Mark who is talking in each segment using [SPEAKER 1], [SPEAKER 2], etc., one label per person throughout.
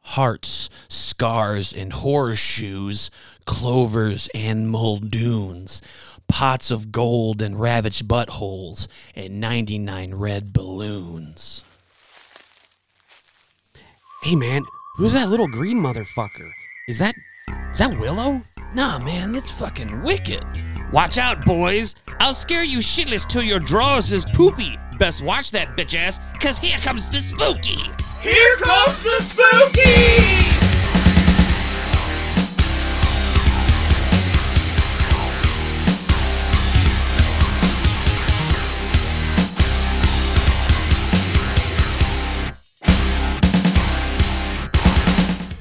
[SPEAKER 1] hearts, scars, and horseshoes, clovers and muldoons, pots of gold and ravaged buttholes, and 99 red balloons.
[SPEAKER 2] Hey man, who's that little green motherfucker? Is that is that Willow?
[SPEAKER 1] Nah, man, that's fucking wicked.
[SPEAKER 3] Watch out, boys! I'll scare you shitless till your drawers is poopy. Best watch that bitch ass, cause here comes the spooky.
[SPEAKER 4] Here comes the spooky!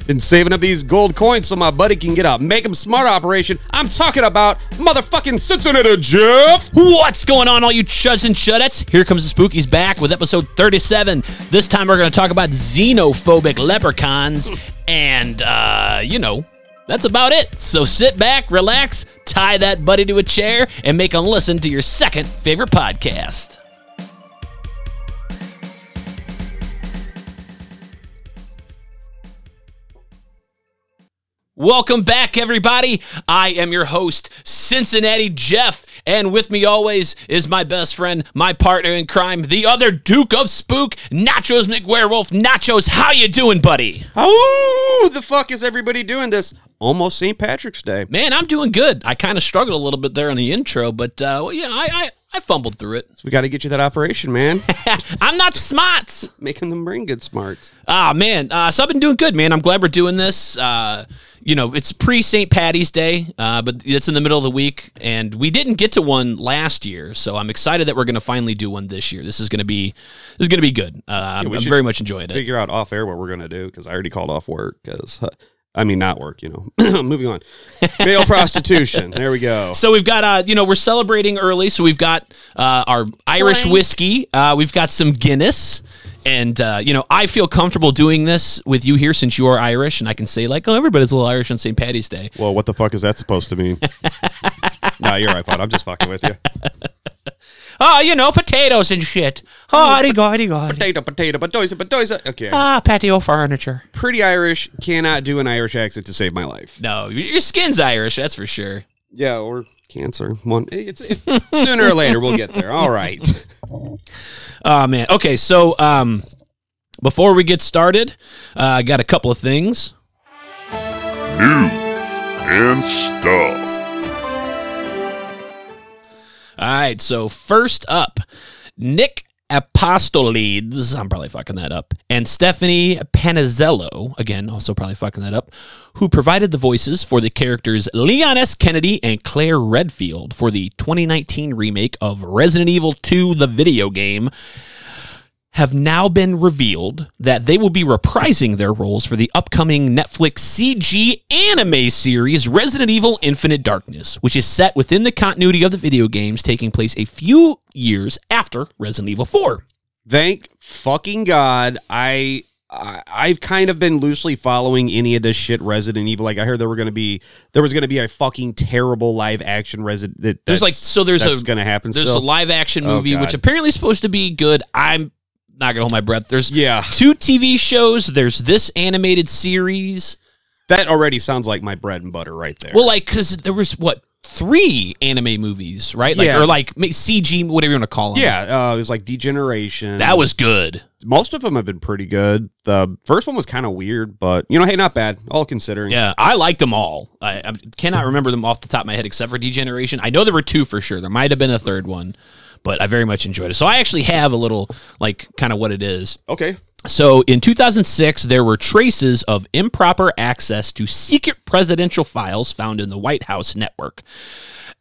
[SPEAKER 2] Been saving up these gold coins so my buddy can get a make 'em smart operation. I'm talking about motherfucking Cincinnati Jeff.
[SPEAKER 1] What's going on, all you chuds and chudettes? Here comes the Spookies back with episode 37. This time we're going to talk about xenophobic leprechauns, and, uh, you know, that's about it. So sit back, relax, tie that buddy to a chair, and make him listen to your second favorite podcast. Welcome back, everybody. I am your host, Cincinnati Jeff, and with me always is my best friend, my partner in crime, the other Duke of Spook, Nachos McWerewolf. Nachos, how you doing, buddy?
[SPEAKER 2] How the fuck is everybody doing this? Almost St. Patrick's Day.
[SPEAKER 1] Man, I'm doing good. I kind of struggled a little bit there on the intro, but uh, well, yeah, I, I I fumbled through it.
[SPEAKER 2] We got to get you that operation, man.
[SPEAKER 1] I'm not smarts.
[SPEAKER 2] Making them bring good smarts.
[SPEAKER 1] Ah, man. Uh, so I've been doing good, man. I'm glad we're doing this. Uh, you know, it's pre St. Patty's Day, uh, but it's in the middle of the week, and we didn't get to one last year. So I'm excited that we're going to finally do one this year. This is going to be this is going to be good. Uh, I'm,
[SPEAKER 2] we
[SPEAKER 1] I'm
[SPEAKER 2] should
[SPEAKER 1] very much enjoying it.
[SPEAKER 2] Figure out off air what we're gonna do because I already called off work. Because I mean, not work. You know. Moving on. Male prostitution. There we go.
[SPEAKER 1] So we've got, uh, you know, we're celebrating early. So we've got uh, our Irish whiskey. Uh, we've got some Guinness. And, uh, you know, I feel comfortable doing this with you here since you are Irish. And I can say, like, oh, everybody's a little Irish on St. Patty's Day.
[SPEAKER 2] Well, what the fuck is that supposed to mean? nah, you're right, bud. I'm just fucking with you.
[SPEAKER 1] Oh, you know, potatoes and shit. Oh, howdy, gody, gody.
[SPEAKER 2] Potato, potato, potato, potato. Okay.
[SPEAKER 1] Ah, patio furniture.
[SPEAKER 2] Pretty Irish. Cannot do an Irish accent to save my life.
[SPEAKER 1] No, y- your skin's Irish, that's for sure.
[SPEAKER 2] Yeah, or cancer. One. It's, it- sooner or later, we'll get there. All right.
[SPEAKER 1] Oh, man. Okay, so um, before we get started, uh, I got a couple of things.
[SPEAKER 5] and stuff.
[SPEAKER 1] All right, so first up, Nick Apostolides, I'm probably fucking that up, and Stephanie Panizello, again, also probably fucking that up, who provided the voices for the characters Leon S. Kennedy and Claire Redfield for the 2019 remake of Resident Evil 2, the video game, have now been revealed that they will be reprising their roles for the upcoming Netflix CG anime series Resident Evil Infinite Darkness, which is set within the continuity of the video games taking place a few years after Resident Evil 4.
[SPEAKER 2] Thank fucking God. I. I- I've kind of been loosely following any of this shit Resident Evil. Like I heard there were gonna be there was gonna be a fucking terrible live action Resident. That,
[SPEAKER 1] There's
[SPEAKER 2] that's-
[SPEAKER 1] like so there's
[SPEAKER 2] that's
[SPEAKER 1] a
[SPEAKER 2] gonna happen.
[SPEAKER 1] there's a
[SPEAKER 2] still.
[SPEAKER 1] live action
[SPEAKER 2] Oh,
[SPEAKER 1] movie which
[SPEAKER 2] God.
[SPEAKER 1] apparently is supposed to be good. I'm not going to hold my breath. There's
[SPEAKER 2] yeah,
[SPEAKER 1] two TV shows, there's this animated series.
[SPEAKER 2] that already sounds like my bread and butter right there.
[SPEAKER 1] Well, like because there was what three anime movies, right? Like
[SPEAKER 2] Yeah.
[SPEAKER 1] or like ma- CG, whatever you want to call them.
[SPEAKER 2] yeah, uh, it was like Degeneration.
[SPEAKER 1] that was good.
[SPEAKER 2] most of them have been pretty good. The first one was kind of weird, but you know, hey, not bad. All considering.
[SPEAKER 1] Yeah, I liked them all. I, I cannot remember them off the top of my head except for Degeneration. I know there were two for sure. There might have been a third one, but I very much enjoyed it. So I actually have a little like kind of what it is.
[SPEAKER 2] Okay.
[SPEAKER 1] So in 2006, there were traces of improper access to secret presidential files found in the White House network.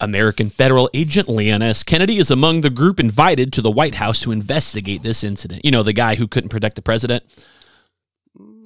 [SPEAKER 1] American federal agent Leon S. Kennedy is among the group invited to the White House to investigate this incident. You know, the guy who couldn't protect the president.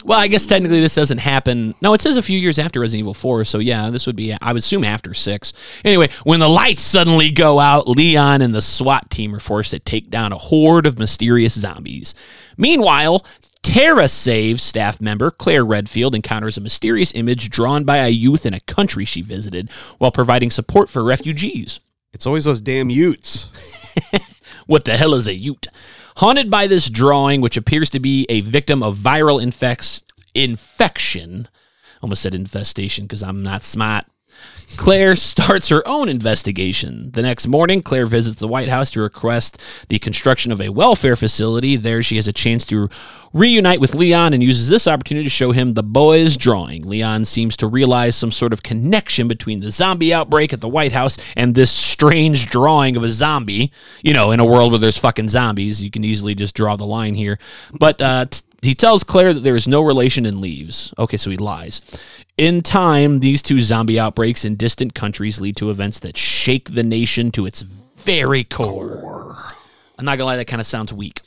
[SPEAKER 1] Well, I guess technically this doesn't happen. No, it says a few years after Resident Evil 4, so yeah, this would be, I would assume, after 6. Anyway, when the lights suddenly go out, Leon and the SWAT team are forced to take down a horde of mysterious zombies. Meanwhile, Tara Save staff member Claire Redfield encounters a mysterious image drawn by a youth in a country she visited while providing support for refugees.
[SPEAKER 2] It's always those damn Utes.
[SPEAKER 1] What the hell is a Ute? Haunted by this drawing, which appears to be a victim of viral infects, infection. Almost said infestation because I'm not smart. Claire starts her own investigation. The next morning, Claire visits the White House to request the construction of a welfare facility. There, she has a chance to reunite with Leon and uses this opportunity to show him the boy's drawing. Leon seems to realize some sort of connection between the zombie outbreak at the White House and this strange drawing of a zombie. You know, in a world where there's fucking zombies, you can easily just draw the line here. But uh, t- he tells Claire that there is no relation and leaves. Okay, so he lies. In time, these two zombie outbreaks in distant countries lead to events that shake the nation to its very core. I'm not gonna lie, that kind of sounds weak.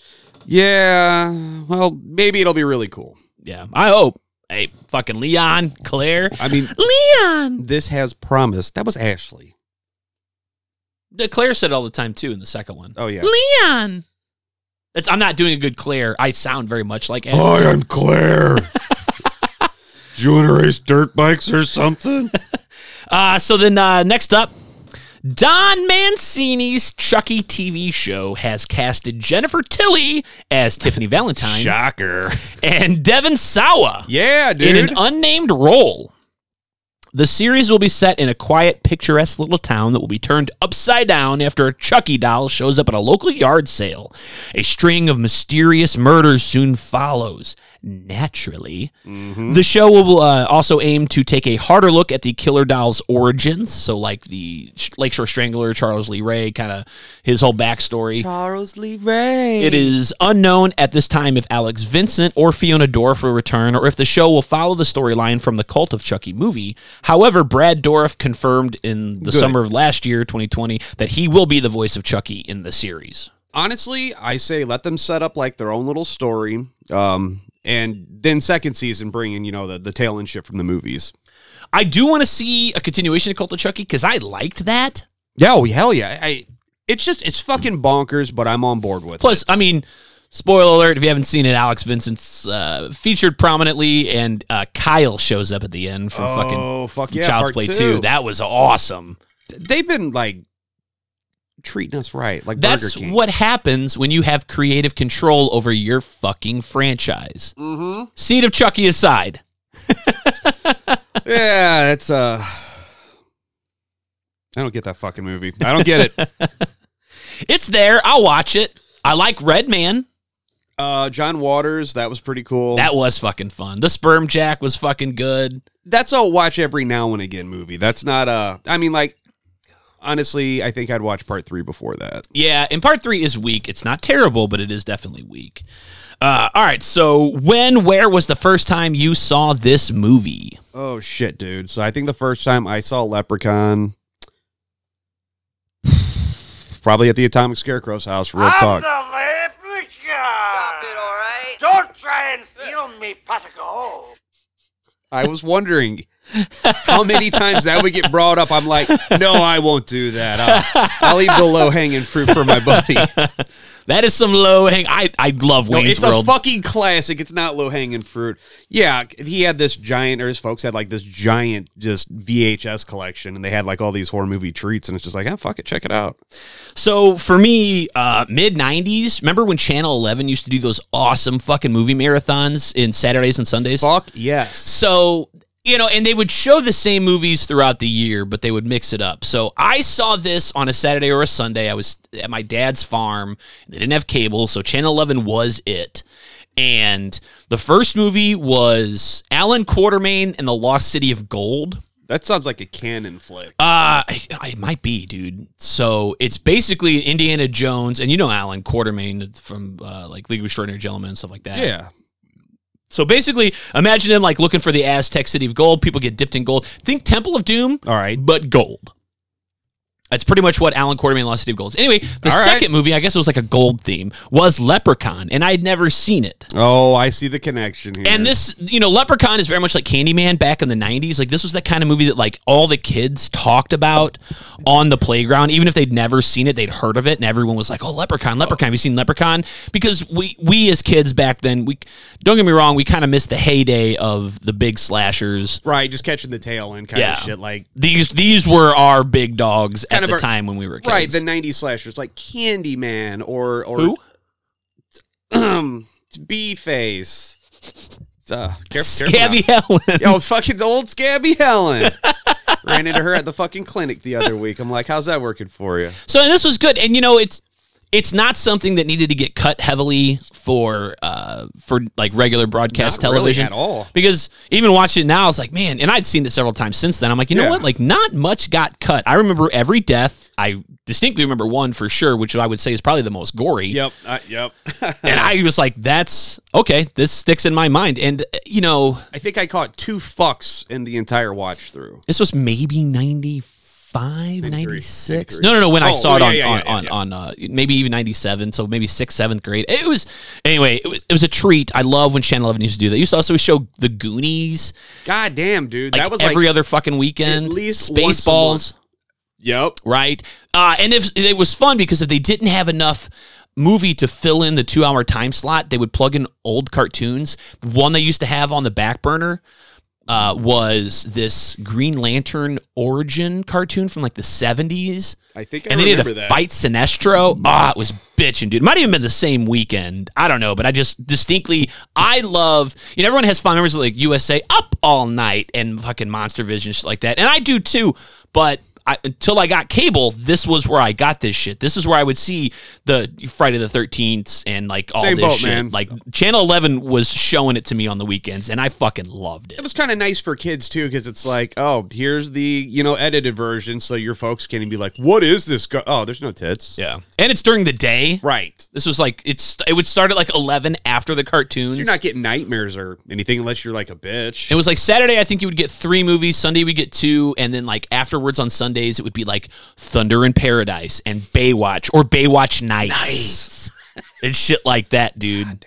[SPEAKER 2] Yeah. Well, maybe it'll be really cool.
[SPEAKER 1] Yeah, I hope. Hey, fucking Leon, Claire,
[SPEAKER 2] I mean,
[SPEAKER 1] Leon.
[SPEAKER 2] this has promise. That was Ashley.
[SPEAKER 1] The Claire said it all the time too in the second one.
[SPEAKER 2] Oh yeah.
[SPEAKER 1] Leon. That's, I'm not doing a good Claire. I sound very much like. Ashley.
[SPEAKER 2] I'm Claire. Do you want to race dirt bikes or something?
[SPEAKER 1] Uh, so then uh, next up, Don Mancini's Chucky TV show has casted Jennifer Tilly as Tiffany Valentine
[SPEAKER 2] Shocker.
[SPEAKER 1] and Devin Sawa
[SPEAKER 2] Yeah,
[SPEAKER 1] in
[SPEAKER 2] dude.
[SPEAKER 1] an unnamed role. The series will be set in a quiet, picturesque little town that will be turned upside down after a Chucky doll shows up at a local yard sale. A string of mysterious murders soon follows. Naturally, the show will uh, also aim to take a harder look at the killer doll's origins. So, like the Sh- Lakeshore Strangler, Charles Lee Ray, kind of his whole backstory.
[SPEAKER 2] Charles Lee Ray.
[SPEAKER 1] It is unknown at this time if Alex Vincent or Fiona Dorff will return or if the show will follow the storyline from the Cult of Chucky movie. However, Brad Dorff confirmed in the
[SPEAKER 2] Good.
[SPEAKER 1] summer of last year, 2020, that he will be the voice of Chucky in the series.
[SPEAKER 2] honestly, I say let them set up like their own little story. Um, and then second season bring in, you know, the, the tail end shit from the movies.
[SPEAKER 1] I do want to see a continuation of Cult of Chucky because I liked that.
[SPEAKER 2] Yeah, oh, hell yeah. I it's just it's fucking bonkers, but I'm on board with
[SPEAKER 1] Plus,
[SPEAKER 2] it.
[SPEAKER 1] I mean, spoiler alert if you haven't seen it, Alex Vincent's uh, featured prominently, and uh, Kyle shows up at the end from fucking.
[SPEAKER 2] oh, fuck
[SPEAKER 1] from
[SPEAKER 2] yeah,
[SPEAKER 1] Child's
[SPEAKER 2] part
[SPEAKER 1] Play 2.
[SPEAKER 2] two.
[SPEAKER 1] That was awesome.
[SPEAKER 2] They've been like treating us right. Like
[SPEAKER 1] That's
[SPEAKER 2] Burger King.
[SPEAKER 1] what happens when you have creative control over your fucking franchise.
[SPEAKER 2] hmm
[SPEAKER 1] Seed of Chucky aside,
[SPEAKER 2] yeah, it's uh I don't get that fucking movie. I don't get it.
[SPEAKER 1] it's there. I'll watch it. I like Red Man.
[SPEAKER 2] uh John Waters, that was pretty cool.
[SPEAKER 1] That was fucking fun. The Sperm Jack was fucking good.
[SPEAKER 2] that's a watch every now and again movie. That's not a. I mean, like honestly, I think I'd watch part three before that.
[SPEAKER 1] Yeah, and part three is weak. It's not terrible, but it is definitely weak. Uh, all right, so when, where was the first time you saw this movie?
[SPEAKER 2] Oh shit, dude! So I think the first time I saw Leprechaun, probably at the Atomic Scarecrow's house. Real
[SPEAKER 4] Ah,
[SPEAKER 2] talk.
[SPEAKER 4] the leprechaun. Stop it, all right? Don't try and steal me, Patago.
[SPEAKER 2] I was wondering how many times that would get brought up. I'm like, no, I won't do that. I'll, I'll leave the low hanging fruit for my buddy.
[SPEAKER 1] That is some low hang. I I love
[SPEAKER 2] No,
[SPEAKER 1] Wayne's
[SPEAKER 2] it's
[SPEAKER 1] World.
[SPEAKER 2] a fucking classic. It's not low hanging fruit. Yeah, he had this giant, or his folks had like this giant, just VHS collection, and they had like all these horror movie treats, and it's just like, ah, fuck it, check it out.
[SPEAKER 1] So for me, uh, mid '90s. Remember when Channel 11 used to do those awesome fucking movie marathons in Saturdays and Sundays?
[SPEAKER 2] Fuck yes.
[SPEAKER 1] So you know, and they would show the same movies throughout the year, but they would mix it up. So I saw this on a Saturday or a Sunday. I was at my dad's farm. They didn't have cable, so Channel 11 was it. And the first movie was Alan Quartermain and the Lost City of Gold.
[SPEAKER 2] That sounds like a canon flick.
[SPEAKER 1] Uh, I, I it might be, dude. So it's basically Indiana Jones, and you know Alan Quartermain from uh, like League of Extraordinary Gentlemen and stuff like that.
[SPEAKER 2] yeah.
[SPEAKER 1] So basically, imagine him like looking for the Aztec city of gold. People get dipped in gold. Think Temple of Doom,
[SPEAKER 2] All right.
[SPEAKER 1] but gold. That's pretty much what Alan Quartermain and Lost City of Gold is. Anyway, the
[SPEAKER 2] All right.
[SPEAKER 1] second movie, I guess it was like a gold theme, was Leprechaun, and I'd never seen it.
[SPEAKER 2] Oh, I see the connection here.
[SPEAKER 1] And this, you know, Leprechaun is very much like Candyman back in the '90s. Like this was that kind of movie that like all the kids talked about on the playground, even if they'd never seen it, they'd heard of it, and everyone was like, "Oh, Leprechaun, Leprechaun! Have you seen Leprechaun?" Because we we as kids back then, we don't get me wrong, we kind of missed the heyday of the big slashers.
[SPEAKER 2] right, just catching the tail and kind
[SPEAKER 1] Yeah.
[SPEAKER 2] of shit like
[SPEAKER 1] These these were our big dogs at
[SPEAKER 2] Kind of
[SPEAKER 1] the
[SPEAKER 2] our-
[SPEAKER 1] time when we were kids.
[SPEAKER 2] right the '90s slashers like Candyman or or
[SPEAKER 1] Who?
[SPEAKER 2] um, Bee Face. uh, caref- careful now.
[SPEAKER 1] Scabby Helen.
[SPEAKER 2] Yo, fucking old Scabby Helen. Ran into her at the fucking clinic the other week. I'm like, how's that working for you?
[SPEAKER 1] So and this was good, and you know it's it's not something that needed to get cut heavily for uh for like regular broadcast
[SPEAKER 2] Not really
[SPEAKER 1] television
[SPEAKER 2] at all.
[SPEAKER 1] Because even watching it now, it's like man, and I'd seen it several times since then. I'm like, you know
[SPEAKER 2] Yeah.
[SPEAKER 1] what? Like not much got cut. I remember every death. I distinctly remember one for sure, which I would say is probably the most gory.
[SPEAKER 2] Yep. Uh, yep.
[SPEAKER 1] And I was like, that's okay. This sticks in my mind, and uh, you know,
[SPEAKER 2] I think I caught two fucks in the entire watch through.
[SPEAKER 1] this was maybe 95
[SPEAKER 2] 93,
[SPEAKER 1] 96
[SPEAKER 2] 93.
[SPEAKER 1] no no no when i
[SPEAKER 2] Oh,
[SPEAKER 1] saw it
[SPEAKER 2] yeah,
[SPEAKER 1] on
[SPEAKER 2] yeah,
[SPEAKER 1] on,
[SPEAKER 2] yeah, yeah,
[SPEAKER 1] on,
[SPEAKER 2] yeah.
[SPEAKER 1] on uh, maybe even 97 so maybe 6th 7th grade it was anyway it was, it was a treat i love when channel 11 used to do that They used to also show the goonies
[SPEAKER 2] God damn, dude.
[SPEAKER 1] like
[SPEAKER 2] that was
[SPEAKER 1] every
[SPEAKER 2] like,
[SPEAKER 1] other fucking weekend
[SPEAKER 2] at least once a
[SPEAKER 1] spaceballs
[SPEAKER 2] yep.
[SPEAKER 1] right uh, and if it was fun because if they didn't have enough movie to fill in the two hour time slot they would plug in old cartoons one they used to have on the back burner uh, was this green lantern origin cartoon from like the 70s
[SPEAKER 2] I think I
[SPEAKER 1] and they did
[SPEAKER 2] remember
[SPEAKER 1] a
[SPEAKER 2] that.
[SPEAKER 1] fight Sinestro. Ah, it was bitching, dude. It might have even been the same weekend. I don't know, but I just distinctly, I love, you know, everyone has fond memories of like USA up all night and fucking Monster Vision, shit like that. And I do too, but. I, until I got cable, this was where I got this shit. This is where I would see the Friday the Thirteenth and like all
[SPEAKER 2] Same
[SPEAKER 1] this
[SPEAKER 2] boat,
[SPEAKER 1] shit.
[SPEAKER 2] man.
[SPEAKER 1] Like Channel Eleven was showing it to me on the weekends, and I fucking loved
[SPEAKER 2] It
[SPEAKER 1] it.
[SPEAKER 2] was kind of nice for kids too, because it's like, oh, here's the you know edited version, so your folks can be like, what is this? Go- oh, there's no tits.
[SPEAKER 1] Yeah, and it's during the day.
[SPEAKER 2] Right.
[SPEAKER 1] This was like it's. It would start at like eleven after the cartoons.
[SPEAKER 2] You're not getting nightmares or anything unless you're like a bitch.
[SPEAKER 1] It was like Saturday, I think you would get three movies. Sunday, we get two. And then, like, afterwards on Sundays, it would be like Thunder in Paradise and Baywatch or Baywatch Nights. and shit like that, dude.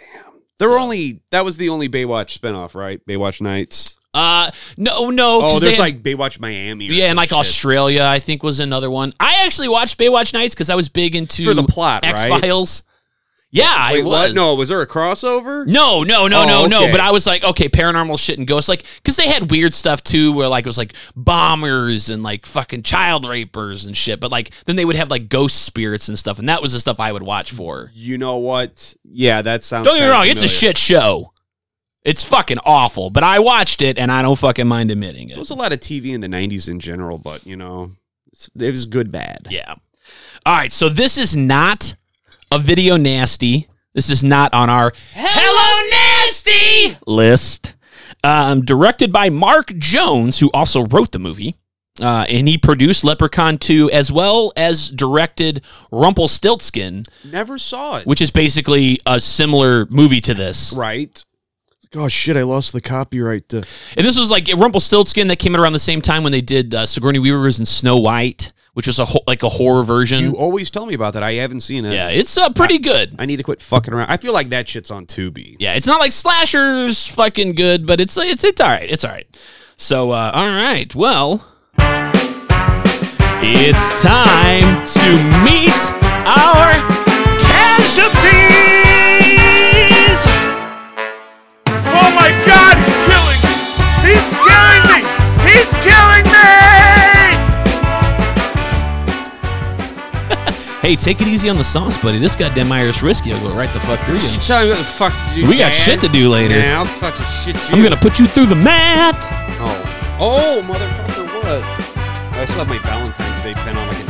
[SPEAKER 2] there were only that was the only Baywatch spinoff, right? Baywatch Nights.
[SPEAKER 1] Uh, no, no. 'cause
[SPEAKER 2] Oh,
[SPEAKER 1] they
[SPEAKER 2] there's
[SPEAKER 1] had-
[SPEAKER 2] like Baywatch Miami. Or
[SPEAKER 1] Yeah,
[SPEAKER 2] some
[SPEAKER 1] and like
[SPEAKER 2] shit.
[SPEAKER 1] Australia, I think was another one. I actually watched Baywatch Nights because I was big into
[SPEAKER 2] For the plot, right?
[SPEAKER 1] X Files. Yeah,
[SPEAKER 2] Wait,
[SPEAKER 1] I
[SPEAKER 2] what?
[SPEAKER 1] was.
[SPEAKER 2] No, was there a crossover?
[SPEAKER 1] No, no, no,
[SPEAKER 2] Oh,
[SPEAKER 1] no, no.
[SPEAKER 2] okay.
[SPEAKER 1] But I was like, okay, paranormal shit and ghosts, like, because they had weird stuff too, where like it was like bombers and like fucking child rapers and shit. But like then they would have like ghost spirits and stuff, and that was the stuff I would watch for.
[SPEAKER 2] You know what? Yeah, that sounds.
[SPEAKER 1] Don't get me
[SPEAKER 2] kinda
[SPEAKER 1] wrong, it's a
[SPEAKER 2] familiar.
[SPEAKER 1] shit show. It's fucking awful, but I watched it and I don't fucking mind admitting
[SPEAKER 2] There
[SPEAKER 1] it.
[SPEAKER 2] was a lot of TV in the '90s in general, but you know, it's- it was good, bad.
[SPEAKER 1] Yeah. All right, so this is not a video nasty. This is not on our Hello Nasty list. Um, directed by Mark Jones, who also wrote the movie. Uh, and he produced Leprechaun 2 as well as directed Rumpelstiltskin,
[SPEAKER 2] Never saw it.
[SPEAKER 1] which is basically a similar movie to this.
[SPEAKER 2] right? Oh shit! I lost the copyright. To-
[SPEAKER 1] And this was like Rumpelstiltskin that came out around the same time when they did uh, Sigourney Weaver's and Snow White, which was a ho- like a horror version.
[SPEAKER 2] you always tell me about that. I haven't seen it.
[SPEAKER 1] yeah, it's uh, pretty good.
[SPEAKER 2] I need to quit fucking around. I feel like that shit's on Tubi.
[SPEAKER 1] yeah, it's not like slashers fucking good, but it's it's it's all right. It's all right. So uh, all right, well, it's time to meet our casualties.
[SPEAKER 5] Oh my god, he's killing me! He's killing me! He's killing me!
[SPEAKER 1] Hey, take it easy on the sauce, buddy. This goddamn Irish whiskey will go right the fuck through you.
[SPEAKER 2] Tell me what the fuck to do.
[SPEAKER 1] We got
[SPEAKER 2] Dad.
[SPEAKER 1] shit to do later.
[SPEAKER 2] Now, fucking shit. You.
[SPEAKER 1] I'm gonna put you through the mat.
[SPEAKER 2] Oh. Oh, motherfucker! What? I still have my Valentine's Day pen on like a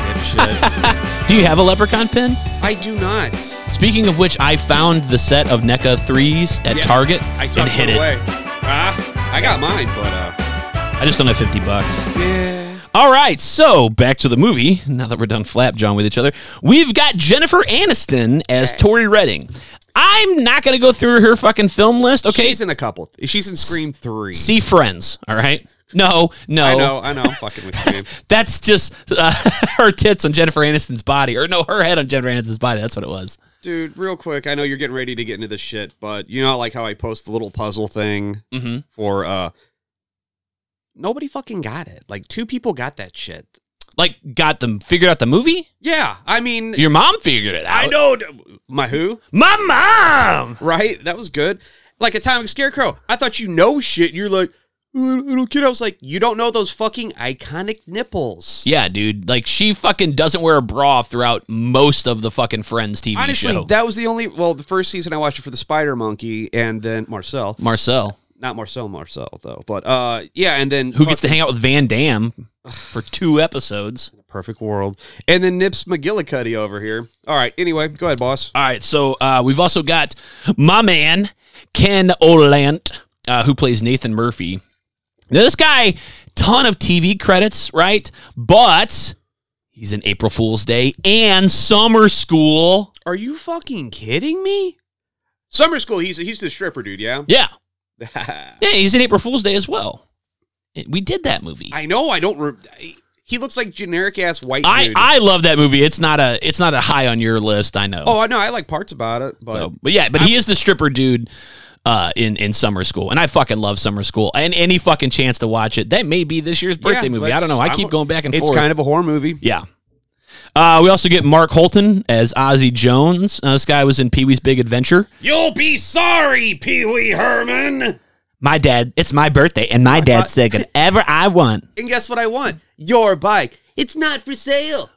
[SPEAKER 2] dipshit.
[SPEAKER 1] Do you have a leprechaun pin?
[SPEAKER 2] I do not.
[SPEAKER 1] Speaking of which, I found the set of NECA threes at
[SPEAKER 2] Yeah,
[SPEAKER 1] Target
[SPEAKER 2] I
[SPEAKER 1] and
[SPEAKER 2] tucked
[SPEAKER 1] hit
[SPEAKER 2] it
[SPEAKER 1] it.
[SPEAKER 2] away. Ah, I got mine, but uh.
[SPEAKER 1] I just don't have fifty bucks.
[SPEAKER 2] Yeah.
[SPEAKER 1] All right, so back to the movie. Now that we're done flap John with each other, we've got Jennifer Aniston as Tori Redding. I'm not going to go through her fucking film list. Okay,
[SPEAKER 2] She's in a couple. She's in Scream 3.
[SPEAKER 1] see Friends. All right, no, no,
[SPEAKER 2] I know, I know. I'm fucking with you. man.
[SPEAKER 1] that's just uh, her tits on Jennifer Aniston's body, or no, her head on Jennifer Aniston's body. That's what it was.
[SPEAKER 2] Dude, real quick, I know you're getting ready to get into this shit, but you know like how I post the little puzzle thing
[SPEAKER 1] Mm-hmm.
[SPEAKER 2] for uh Nobody fucking got it. Like two people got that shit.
[SPEAKER 1] Like, got them figured out the movie.
[SPEAKER 2] Yeah, I mean
[SPEAKER 1] Your mom figured it out.
[SPEAKER 2] I know my who?
[SPEAKER 1] my mom.
[SPEAKER 2] Right? That was good. Like Atomic Scarecrow. I thought you know shit. and You're like "Oh, little kid. I was like, you don't know those fucking iconic nipples.
[SPEAKER 1] Yeah, dude. Like, she fucking doesn't wear a bra throughout most of the fucking Friends TV
[SPEAKER 2] Honestly,
[SPEAKER 1] show.
[SPEAKER 2] that was the only well, the first season I watched it for the Spider Monkey and then Marcel.
[SPEAKER 1] Marcel.
[SPEAKER 2] Not Marcel Marcel though, but uh, yeah, and then
[SPEAKER 1] Who gets to hang out with Van Damme for two episodes?
[SPEAKER 2] perfect world, and then Nips McGillicuddy over here. All right, anyway, go ahead, boss.
[SPEAKER 1] All right, so uh, we've also got my man Ken Olant, uh, who plays Nathan Murphy. Now this guy, ton of TV credits, right? But he's in April Fool's Day and Summer School.
[SPEAKER 2] Are you fucking kidding me? Summer school. He's he's the stripper dude. Yeah.
[SPEAKER 1] Yeah, yeah, he's in April Fool's Day as well. We did that movie.
[SPEAKER 2] I know. I don't. Re- he looks like generic ass white
[SPEAKER 1] I,
[SPEAKER 2] dude.
[SPEAKER 1] I love that movie. It's not a it's not a high on your list. I know.
[SPEAKER 2] oh, I know. I like parts about it, but
[SPEAKER 1] So, but yeah, but he is the stripper dude uh, in in summer school, and I fucking love summer school. And any fucking chance to watch it, that may be this year's birthday
[SPEAKER 2] Yeah,
[SPEAKER 1] movie. I don't know. I
[SPEAKER 2] let's-
[SPEAKER 1] keep going back and
[SPEAKER 2] it's
[SPEAKER 1] forth.
[SPEAKER 2] kind of a horror movie.
[SPEAKER 1] yeah. Uh, we also get Mark Holton as Ozzy Jones. Uh, this guy was in Pee Wee's Big Adventure.
[SPEAKER 3] You'll be sorry, Pee Wee Herman.
[SPEAKER 1] My dad, it's my birthday, and my dad said whatever I want,
[SPEAKER 2] And guess what I want? Your bike. It's not for sale,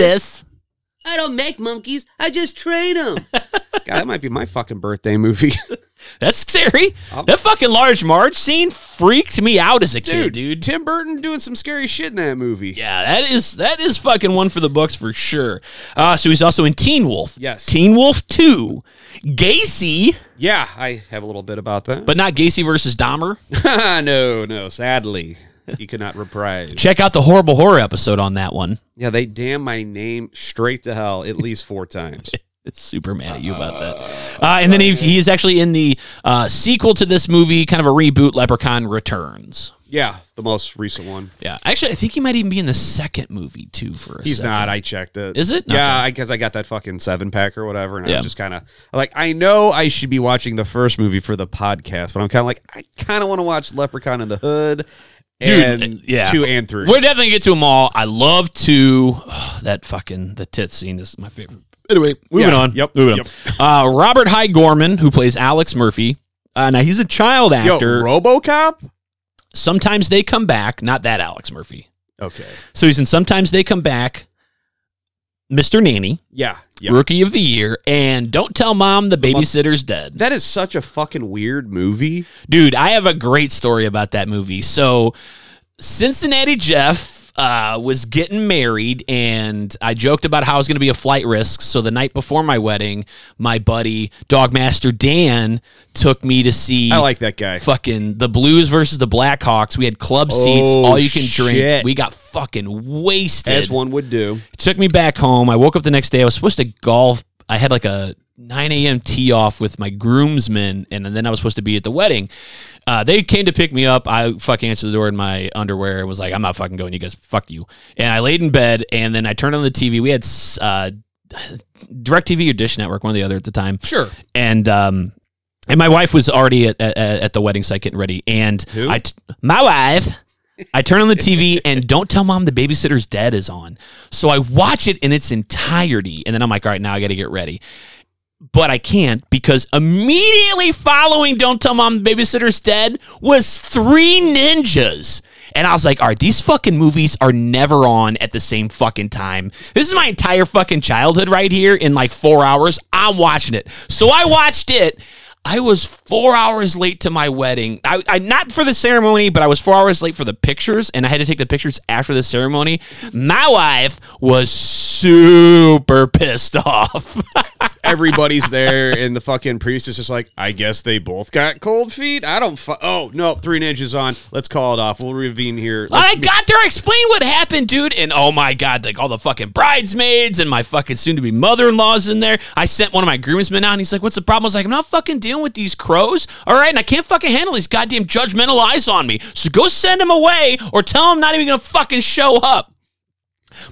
[SPEAKER 2] I don't make monkeys. I just train them. God, that might be my fucking birthday movie.
[SPEAKER 1] That's scary.
[SPEAKER 2] Oh.
[SPEAKER 1] that fucking large Marge scene freaked me out as a kid,
[SPEAKER 2] dude,
[SPEAKER 1] dude.
[SPEAKER 2] dude, Tim Burton doing some scary shit in that movie.
[SPEAKER 1] Yeah, that is that is fucking one for the books for sure. Uh, so he's also in Teen Wolf.
[SPEAKER 2] Yes.
[SPEAKER 1] Teen Wolf Two, Gacy,
[SPEAKER 2] Yeah, I have a little bit about that.
[SPEAKER 1] but not Gacy versus Dahmer.
[SPEAKER 2] no, no, sadly, he could not reprise.
[SPEAKER 1] Check out the horrible horror episode on that one.
[SPEAKER 2] Yeah, they damn my name straight to hell at least four times.
[SPEAKER 1] It's super mad at you about that. Uh, and then he, he is actually in the uh, sequel to this movie, kind of a reboot, Leprechaun Returns.
[SPEAKER 2] Yeah, the most recent one.
[SPEAKER 1] Yeah, actually, I think he might even be in the second movie too. For a
[SPEAKER 2] He's
[SPEAKER 1] second.
[SPEAKER 2] not. I checked it.
[SPEAKER 1] Is it?
[SPEAKER 2] Yeah, I guess I got that fucking seven pack or whatever, and I
[SPEAKER 1] Yeah.
[SPEAKER 2] was just kind of like, I know I should be watching the first movie for the podcast, but I'm kind of like, I kind of want to watch Leprechaun in the Hood,
[SPEAKER 1] Dude,
[SPEAKER 2] and
[SPEAKER 1] yeah.
[SPEAKER 2] two and 3
[SPEAKER 1] We're definitely gonna get to them all. I love to that fucking the tit scene is my favorite. Anyway, moving
[SPEAKER 2] Yeah.
[SPEAKER 1] on.
[SPEAKER 2] Yep.
[SPEAKER 1] moving
[SPEAKER 2] Yep.
[SPEAKER 1] on. Uh, Robert Hyde Gorman, who plays Alex Murphy. Uh, now he's a child
[SPEAKER 2] Yo,
[SPEAKER 1] actor.
[SPEAKER 2] RoboCop.
[SPEAKER 1] Sometimes they come back. Not that Alex Murphy.
[SPEAKER 2] Okay.
[SPEAKER 1] So he's in. Sometimes they come back. Mr. Nanny,
[SPEAKER 2] Yeah. Yeah.
[SPEAKER 1] Rookie of the Year, and Don't Tell Mom the Babysitter's Dead.
[SPEAKER 2] that is such a fucking weird movie.
[SPEAKER 1] Dude, I have a great story about that movie. So, Cincinnati Jeff uh, was getting married, and I joked about how I was going to be a flight risk. So, the night before my wedding, my buddy, Dogmaster Dan, took me to see
[SPEAKER 2] I like that guy.
[SPEAKER 1] fucking the Blues versus the Blackhawks. We had club seats,
[SPEAKER 2] Oh,
[SPEAKER 1] all you can drink.
[SPEAKER 2] shit.
[SPEAKER 1] We got fucking wasted
[SPEAKER 2] As one would do.
[SPEAKER 1] took me back home. I woke up the next day. I was supposed to golf. I had like a 9 a.m. tee off with my groomsmen, and then I was supposed to be at the wedding. Uh, they came to pick me up. I fucking answered the door in my underwear and was like, I'm not fucking going. You guys, fuck you. And I laid in bed, and then I turned on the TV. We had uh, DirecTV or Dish Network, one or the other at the time.
[SPEAKER 2] Sure.
[SPEAKER 1] And, um, and my wife was already at, at, at the wedding site getting ready. And
[SPEAKER 2] Who?
[SPEAKER 1] I t- my wife, I turn on the TV and don't tell mom the babysitter's dead is on. So I watch it in its entirety. And then I'm like, all right, now I got to get ready. But I can't because immediately following Don't Tell Mom the Babysitter's Dead was Three Ninjas. And I was like, all right, these fucking movies are never on at the same fucking time. This is my entire fucking childhood right here in like four hours. I'm watching it. So I watched it. I was four hours late to my wedding. I, I not for the ceremony, but I was four hours late for the pictures, and I had to take the pictures after the ceremony. My wife was super pissed off.
[SPEAKER 2] Everybody's there, and the fucking priest is just like, I guess they both got cold feet. I don't. Fu- oh no, three ninjas on. Let's call it off. We'll reconvene here. Let's
[SPEAKER 1] I got there, I explained what happened, dude, and oh my god, like all the fucking bridesmaids and my fucking soon-to-be mother-in-law's in there. I sent one of my groomsmen out, and he's like, "What's the problem?" I was like, "I'm not fucking dealing with these crows, all right, and I can't fucking handle these goddamn judgmental eyes on me. So go send him away, or tell him I'm not even gonna fucking show up."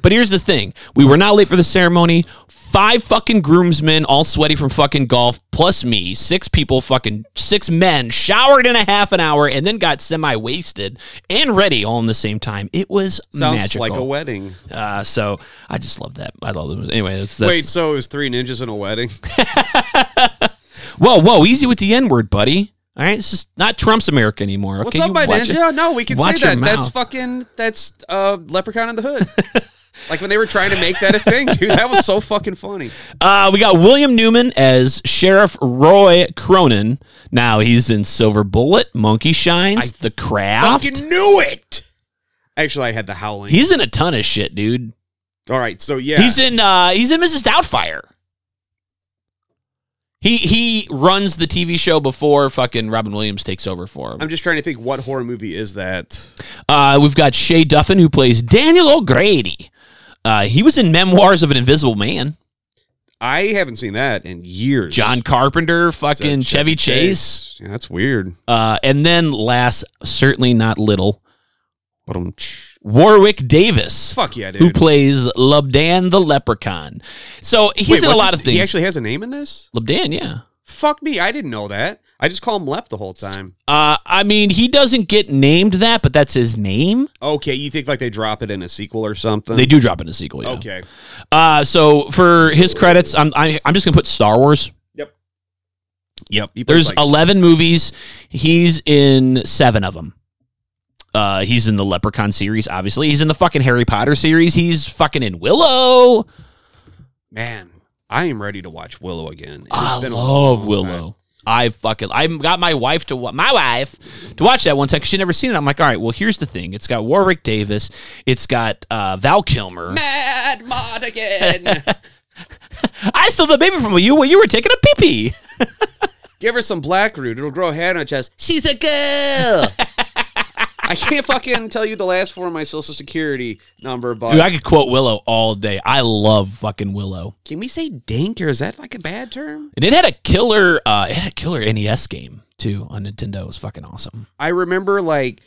[SPEAKER 1] But here's the thing: we were not late for the ceremony. Five fucking groomsmen, all sweaty from fucking golf, plus me, six people, fucking six men, showered in a half an hour, and then got semi wasted and ready all in the same time. It was
[SPEAKER 2] Sounds
[SPEAKER 1] magical.
[SPEAKER 2] like a wedding.
[SPEAKER 1] uh, so I just love that. I love it. Anyway, that's, that's
[SPEAKER 2] Wait, so it was three ninjas in a wedding?
[SPEAKER 1] whoa, whoa, easy with the N word, buddy. All right, it's just not Trump's America anymore.
[SPEAKER 2] What's
[SPEAKER 1] okay,
[SPEAKER 2] up,
[SPEAKER 1] You
[SPEAKER 2] my
[SPEAKER 1] watch it.
[SPEAKER 2] ninja? No, we can
[SPEAKER 1] watch
[SPEAKER 2] say
[SPEAKER 1] your
[SPEAKER 2] that. That's
[SPEAKER 1] mouth.
[SPEAKER 2] fucking. That's uh, Leprechaun in the Hood. Like when they were trying to make that a thing, dude. That was so fucking funny.
[SPEAKER 1] Uh, we got William Newman as Sheriff Roy Cronin. Now he's in Silver Bullet, Monkey Shines, The Craft.
[SPEAKER 2] Fucking knew it. Actually, I had the howling.
[SPEAKER 1] He's in a ton of shit, dude.
[SPEAKER 2] All right, so yeah,
[SPEAKER 1] He's in uh he's in Mrs. Doubtfire. He he runs the TV show before fucking Robin Williams takes over for him.
[SPEAKER 2] I'm just trying to think what horror movie is that?
[SPEAKER 1] Uh, we've got Shay Duffin who plays Daniel O'Grady. Uh, he was in Memoirs of an Invisible Man.
[SPEAKER 2] I haven't seen that in years.
[SPEAKER 1] John Carpenter,
[SPEAKER 2] Is that
[SPEAKER 1] fucking Chevy, Chase,
[SPEAKER 2] Yeah, that's weird.
[SPEAKER 1] Uh, and then last, certainly not little,
[SPEAKER 2] But um, tch.
[SPEAKER 1] Warwick Davis,
[SPEAKER 2] fuck yeah, dude.
[SPEAKER 1] who plays Lubdan the Leprechaun. So he's
[SPEAKER 2] Wait,
[SPEAKER 1] in a
[SPEAKER 2] what's
[SPEAKER 1] lot
[SPEAKER 2] his-
[SPEAKER 1] of things.
[SPEAKER 2] He actually has a name in this.
[SPEAKER 1] Lubdan, yeah.
[SPEAKER 2] Fuck me, I didn't know that. I just call him Lep the whole time.
[SPEAKER 1] Uh, I mean, he doesn't get named that, but that's his name.
[SPEAKER 2] Okay, you think like they drop it in a sequel or something?
[SPEAKER 1] They do drop in a sequel. Yeah.
[SPEAKER 2] Okay.
[SPEAKER 1] Uh, so for his credits, I'm I, I'm just gonna put Star Wars.
[SPEAKER 2] Yep.
[SPEAKER 1] Yep.
[SPEAKER 2] He plays
[SPEAKER 1] There's
[SPEAKER 2] like-
[SPEAKER 1] 11 movies. He's in seven of them. Uh, he's in the Leprechaun series, obviously. He's in the fucking Harry Potter series. He's fucking in Willow.
[SPEAKER 2] Man, I am ready to watch Willow again. It's
[SPEAKER 1] I
[SPEAKER 2] been a
[SPEAKER 1] love
[SPEAKER 2] long time.
[SPEAKER 1] Willow. I fucking I got my wife to wa- my wife to watch that one time 'cause she never seen it. I'm like, all right, well here's the thing. It's got Warwick Davis. It's got uh, Val Kilmer.
[SPEAKER 2] Mad Modigan.
[SPEAKER 1] I stole the baby from you when you were taking a pee pee.
[SPEAKER 2] Give her some black root. It'll grow hair on her chest. She's a girl. I can't fucking tell you the last four of my social security number, but
[SPEAKER 1] Dude, I could quote Willow all day. I love fucking Willow.
[SPEAKER 2] can we say dink or is that like a bad term?
[SPEAKER 1] And it had a killer uh it had a killer NES game too on Nintendo. It was fucking awesome.
[SPEAKER 2] I remember like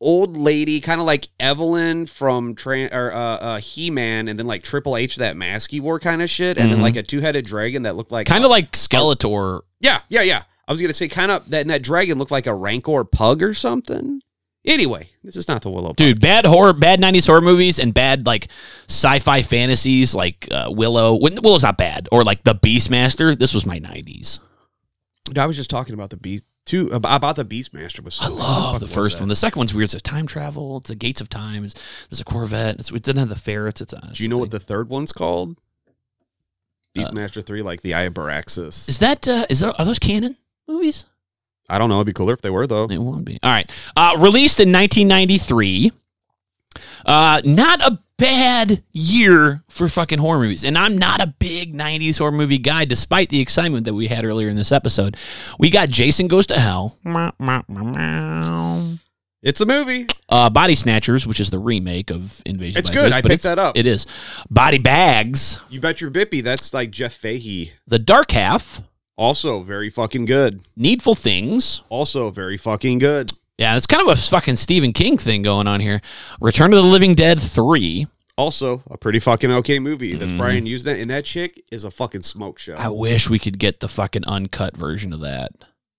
[SPEAKER 2] old lady, kind of like Evelyn from Tran- or uh, uh, He Man, and then like Triple H that mask he wore kind of shit, and then
[SPEAKER 1] Mhm.
[SPEAKER 2] like a two headed dragon that looked like
[SPEAKER 1] Kind of like Skeletor.
[SPEAKER 2] yeah yeah yeah. I was gonna say kind of that and that dragon looked like a Rancor pug or something. Anyway, this is not the Willow.
[SPEAKER 1] Dude, bad horror, bad 90s horror movies and bad like sci-fi fantasies like uh, Willow. When, Willow's not bad or like The Beastmaster. This was my 90s.
[SPEAKER 2] Dude, I was just talking about the beast too ab- about the Beastmaster was. So
[SPEAKER 1] I love the first one. The second one's weird. It's a time travel. It's the Gates of Time. It's, there's a Corvette. It's, it doesn't have the ferrets. It's on.
[SPEAKER 2] Do you know what the third one's called? Beastmaster three, like the Eye of Baraxis.
[SPEAKER 1] Uh, is that? Uh, is that? Are those canon movies?
[SPEAKER 2] I don't know. It'd be cooler if they were though.
[SPEAKER 1] It won't be. All right. Uh, released in 1993. Uh, not a bad year for fucking horror movies. And I'm not a big 90s horror movie guy, despite the excitement that we had earlier in this episode. We got Jason Goes to Hell,
[SPEAKER 2] It's a movie.
[SPEAKER 1] uh, Body Snatchers, which is the remake of Invasion.
[SPEAKER 2] It's
[SPEAKER 1] by
[SPEAKER 2] good.
[SPEAKER 1] Zombies,
[SPEAKER 2] I
[SPEAKER 1] but
[SPEAKER 2] picked
[SPEAKER 1] it's-
[SPEAKER 2] that up.
[SPEAKER 1] It is. Body Bags,
[SPEAKER 2] You bet your bippy. That's like Jeff Fahey.
[SPEAKER 1] The Dark Half,
[SPEAKER 2] Also very fucking good.
[SPEAKER 1] Needful Things,
[SPEAKER 2] Also very fucking good.
[SPEAKER 1] yeah, it's kind of a fucking Stephen King thing going on here. Return of the Living Dead 3.
[SPEAKER 2] Also a pretty fucking okay movie. That's
[SPEAKER 1] Mhm.
[SPEAKER 2] Brian used that, and that chick is a fucking smoke show.
[SPEAKER 1] I wish we could get the fucking uncut version of that.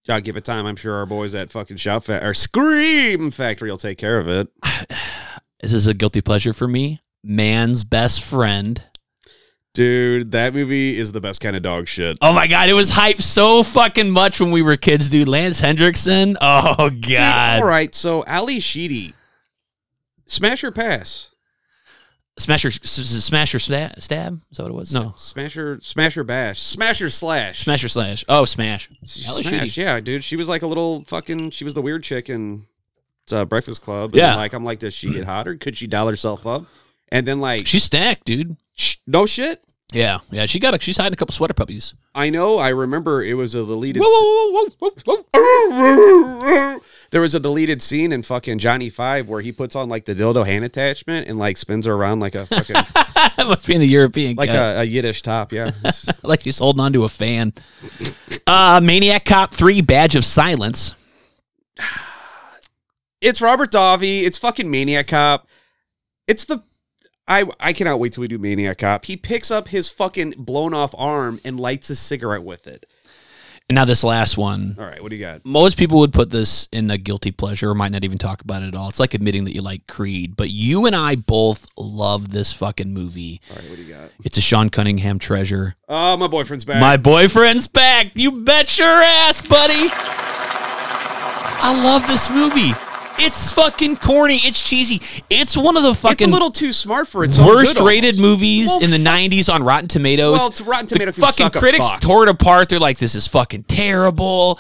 [SPEAKER 2] I'll give it time. I'm sure our boys at fucking Shop Fa- or Scream Factory will take care of it.
[SPEAKER 1] This is a guilty pleasure for me. Man's best friend.
[SPEAKER 2] Dude, that movie is the best kind of dog shit.
[SPEAKER 1] Oh my god, it was hyped so fucking much when we were kids, dude. Lance Hendrickson. Oh
[SPEAKER 2] Dude,
[SPEAKER 1] god.
[SPEAKER 2] all right, so Ali Sheedy, smash or pass?
[SPEAKER 1] Smasher, s- s- smasher, sta- stab. Is that what it was? No,
[SPEAKER 2] Smasher, smasher bash, smasher slash,
[SPEAKER 1] smasher slash. Oh, smash.
[SPEAKER 2] She
[SPEAKER 1] Ally
[SPEAKER 2] smashed,
[SPEAKER 1] Sheedy.
[SPEAKER 2] Yeah, dude, she was like a little fucking. She was the weird chick in uh, Breakfast Club. And
[SPEAKER 1] Yeah.
[SPEAKER 2] like I'm like, does she get hotter? Could she dial herself up? And then like,
[SPEAKER 1] She's stacked, dude.
[SPEAKER 2] sh- no shit.
[SPEAKER 1] Yeah, yeah. She got. A, she's hiding a couple sweater puppies.
[SPEAKER 2] I know. I remember it was a deleted.
[SPEAKER 1] Whoa, whoa, whoa, whoa, whoa, whoa.
[SPEAKER 2] There was a deleted scene in fucking Johnny Five where he puts on like the dildo hand attachment and like spins her around like a fucking
[SPEAKER 1] that must be in the European.
[SPEAKER 2] like
[SPEAKER 1] cut.
[SPEAKER 2] a, a Yiddish top. Yeah, It's-
[SPEAKER 1] like she's holding on to a fan. Uh, Maniac Cop Three: Badge of Silence.
[SPEAKER 2] it's Robert Davi. It's fucking Maniac Cop. It's the I I cannot wait till we do Maniac Cop. He picks up his fucking blown off arm and lights a cigarette with it.
[SPEAKER 1] And now this last one.
[SPEAKER 2] All right, what do you got?
[SPEAKER 1] most people would put this in a guilty pleasure or might not even talk about it at all. It's like admitting that you like Creed, but you and I both love this fucking movie.
[SPEAKER 2] All right, what do you got?
[SPEAKER 1] It's a Sean Cunningham treasure.
[SPEAKER 2] Oh, my boyfriend's back.
[SPEAKER 1] My boyfriend's back. You bet your ass, buddy. I love this movie. It's fucking corny. It's cheesy. It's one of the
[SPEAKER 2] It's a
[SPEAKER 1] fucking
[SPEAKER 2] little too smart for its own
[SPEAKER 1] worst
[SPEAKER 2] good
[SPEAKER 1] rated movies
[SPEAKER 2] Well,
[SPEAKER 1] in the
[SPEAKER 2] fuck.
[SPEAKER 1] 90s on Rotten Tomatoes.
[SPEAKER 2] Well, it's Rotten
[SPEAKER 1] The
[SPEAKER 2] Tomatoes can
[SPEAKER 1] fucking
[SPEAKER 2] suck a
[SPEAKER 1] critics
[SPEAKER 2] fuck.
[SPEAKER 1] tore it apart. They're like, this is fucking terrible.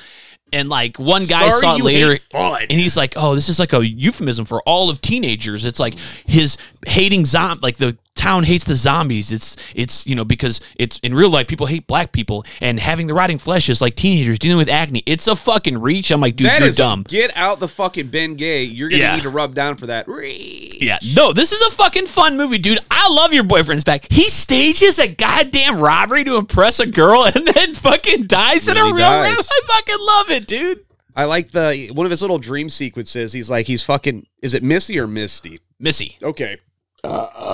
[SPEAKER 1] And like one guy
[SPEAKER 2] Sorry
[SPEAKER 1] saw it
[SPEAKER 2] you
[SPEAKER 1] later,
[SPEAKER 2] hate fun.
[SPEAKER 1] and he's like, "Oh, this is like a euphemism for all of teenagers." It's like his hating zombie, like the town hates the zombies. It's it's you know because it's in real life people hate black people, and having the rotting flesh is like teenagers dealing with acne. It's a fucking reach. I'm like, dude,
[SPEAKER 2] That
[SPEAKER 1] you're
[SPEAKER 2] is
[SPEAKER 1] dumb.
[SPEAKER 2] Get out the fucking Ben Gay. You're gonna
[SPEAKER 1] Yeah.
[SPEAKER 2] need to rub down for that.
[SPEAKER 1] Yeah, no, this is a fucking fun movie, dude. I love your boyfriend's back. He stages a goddamn robbery to impress a girl and then fucking dies in a
[SPEAKER 2] Really
[SPEAKER 1] real
[SPEAKER 2] dies.
[SPEAKER 1] round. I fucking love it, dude.
[SPEAKER 2] I like the one of his little dream sequences. He's like, he's fucking. Is it Missy or Misty?
[SPEAKER 1] Missy
[SPEAKER 2] Okay.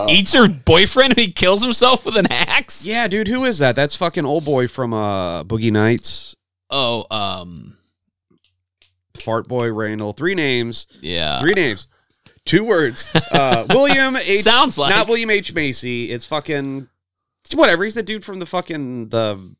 [SPEAKER 1] eats her boyfriend and he kills himself with an axe.
[SPEAKER 2] Oh. Yeah, dude, who is that? That's fucking old boy from uh Boogie Nights.
[SPEAKER 1] Oh, um,
[SPEAKER 2] Fart boy Randall. Three names.
[SPEAKER 1] yeah.
[SPEAKER 2] Three names. Two words. Uh William H.
[SPEAKER 1] Sounds like.
[SPEAKER 2] not William H. Macy. It's fucking it's whatever. He's the dude from the fucking the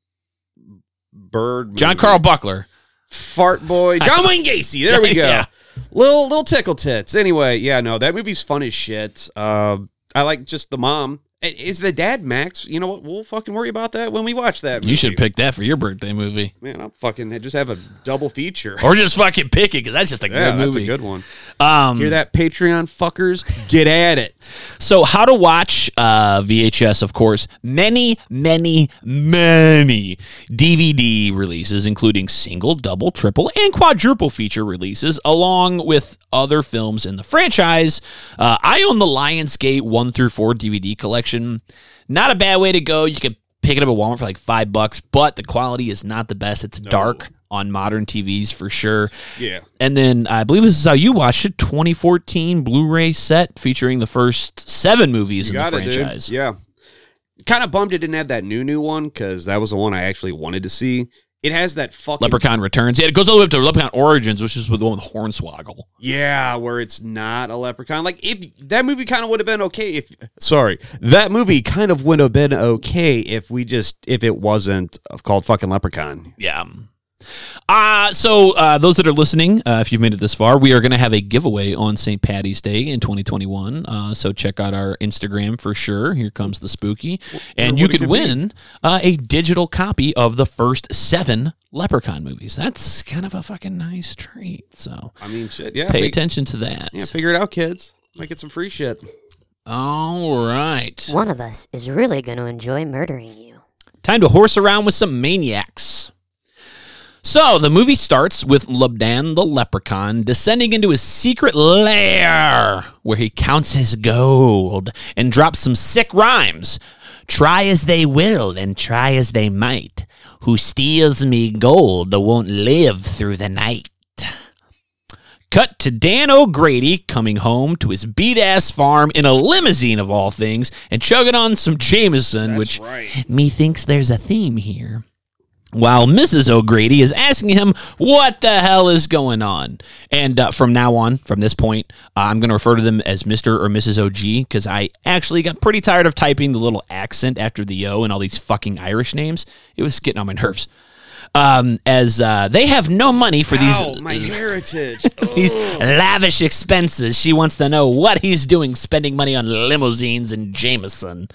[SPEAKER 2] bird.
[SPEAKER 1] John
[SPEAKER 2] movie.
[SPEAKER 1] Carl Buckler.
[SPEAKER 2] Fart boy. John Wayne Gacy. There we go.
[SPEAKER 1] Yeah.
[SPEAKER 2] Little little tickle tits. Anyway, yeah, no, that movie's fun as shit. Uh, I like just the mom. I- Is the dad Max? You know what? We'll fucking worry about that when we watch that.
[SPEAKER 1] You should
[SPEAKER 2] movie.
[SPEAKER 1] pick that for your birthday movie,
[SPEAKER 2] Man, I'll fucking just have a double feature.
[SPEAKER 1] or just fucking pick it because that's just a
[SPEAKER 2] Yeah,
[SPEAKER 1] good
[SPEAKER 2] that's
[SPEAKER 1] Oh, movie.
[SPEAKER 2] a good one.
[SPEAKER 1] um,
[SPEAKER 2] Hear that, Patreon fuckers? Get at it.
[SPEAKER 1] So, how to watch uh, VHS, of course, many, many, many DVD releases, including single, double, triple, and quadruple feature releases, along with other films in the franchise. Uh, I own the Lionsgate 1 through 4 DVD collection. Not a bad way to go. You could pick it up at Walmart for like five bucks, but the quality is not the best. It's dark on modern TVs for sure.
[SPEAKER 2] Yeah.
[SPEAKER 1] And then I believe this is how you watched it 2014 Blu ray set featuring the first seven movies in the
[SPEAKER 2] Got it, dude.
[SPEAKER 1] franchise.
[SPEAKER 2] Yeah. Kind of bummed it didn't have that new new one because that was the one I actually wanted to see. It has that fucking
[SPEAKER 1] Leprechaun Returns. Yeah, it goes all the way up to Leprechaun Origins, which is with the one with Hornswoggle.
[SPEAKER 2] Yeah, where it's not a leprechaun. Like if that movie kind of would have been okay if sorry, that movie kind of would have been okay if we just if it wasn't called fucking leprechaun.
[SPEAKER 1] Yeah. Uh, so, uh, those that are listening, uh, if you've made it this far, we are going to have a giveaway on St. Patty's Day in 2021. Uh, so, check out our Instagram for sure. Here comes the spooky. And you
[SPEAKER 2] what it
[SPEAKER 1] could
[SPEAKER 2] could
[SPEAKER 1] win uh, a digital copy of the first seven Leprechaun movies. That's kind of a fucking nice treat. So,
[SPEAKER 2] I mean, shit. Yeah,
[SPEAKER 1] pay
[SPEAKER 2] fig-
[SPEAKER 1] attention to that.
[SPEAKER 2] yeah. Figure it out, kids. Might get some free shit.
[SPEAKER 1] All right.
[SPEAKER 6] One of us is really going to enjoy murdering you.
[SPEAKER 1] Time to horse around with some maniacs. So, the movie starts with Lubdan the leprechaun descending into his secret lair where he counts his gold and drops some sick rhymes. Try as they will and try as they might. Who steals me gold won't live through the night. Cut to Dan O'Grady coming home to his beat ass farm in a limousine of all things and chugging on some Jameson, which methinks there's a theme here. While Mrs. O'Grady is asking him what the hell is going on. And uh, from now on, from this point, uh, I'm going to refer to them as Mr. or Mrs. OG because I actually got pretty tired of typing the little accent after the O and all these fucking Irish names. It was getting on my nerves. Um, as uh, they have no money for these
[SPEAKER 2] Ow, my heritage.
[SPEAKER 1] these lavish expenses. She wants to know what he's doing spending money on limousines and Jameson.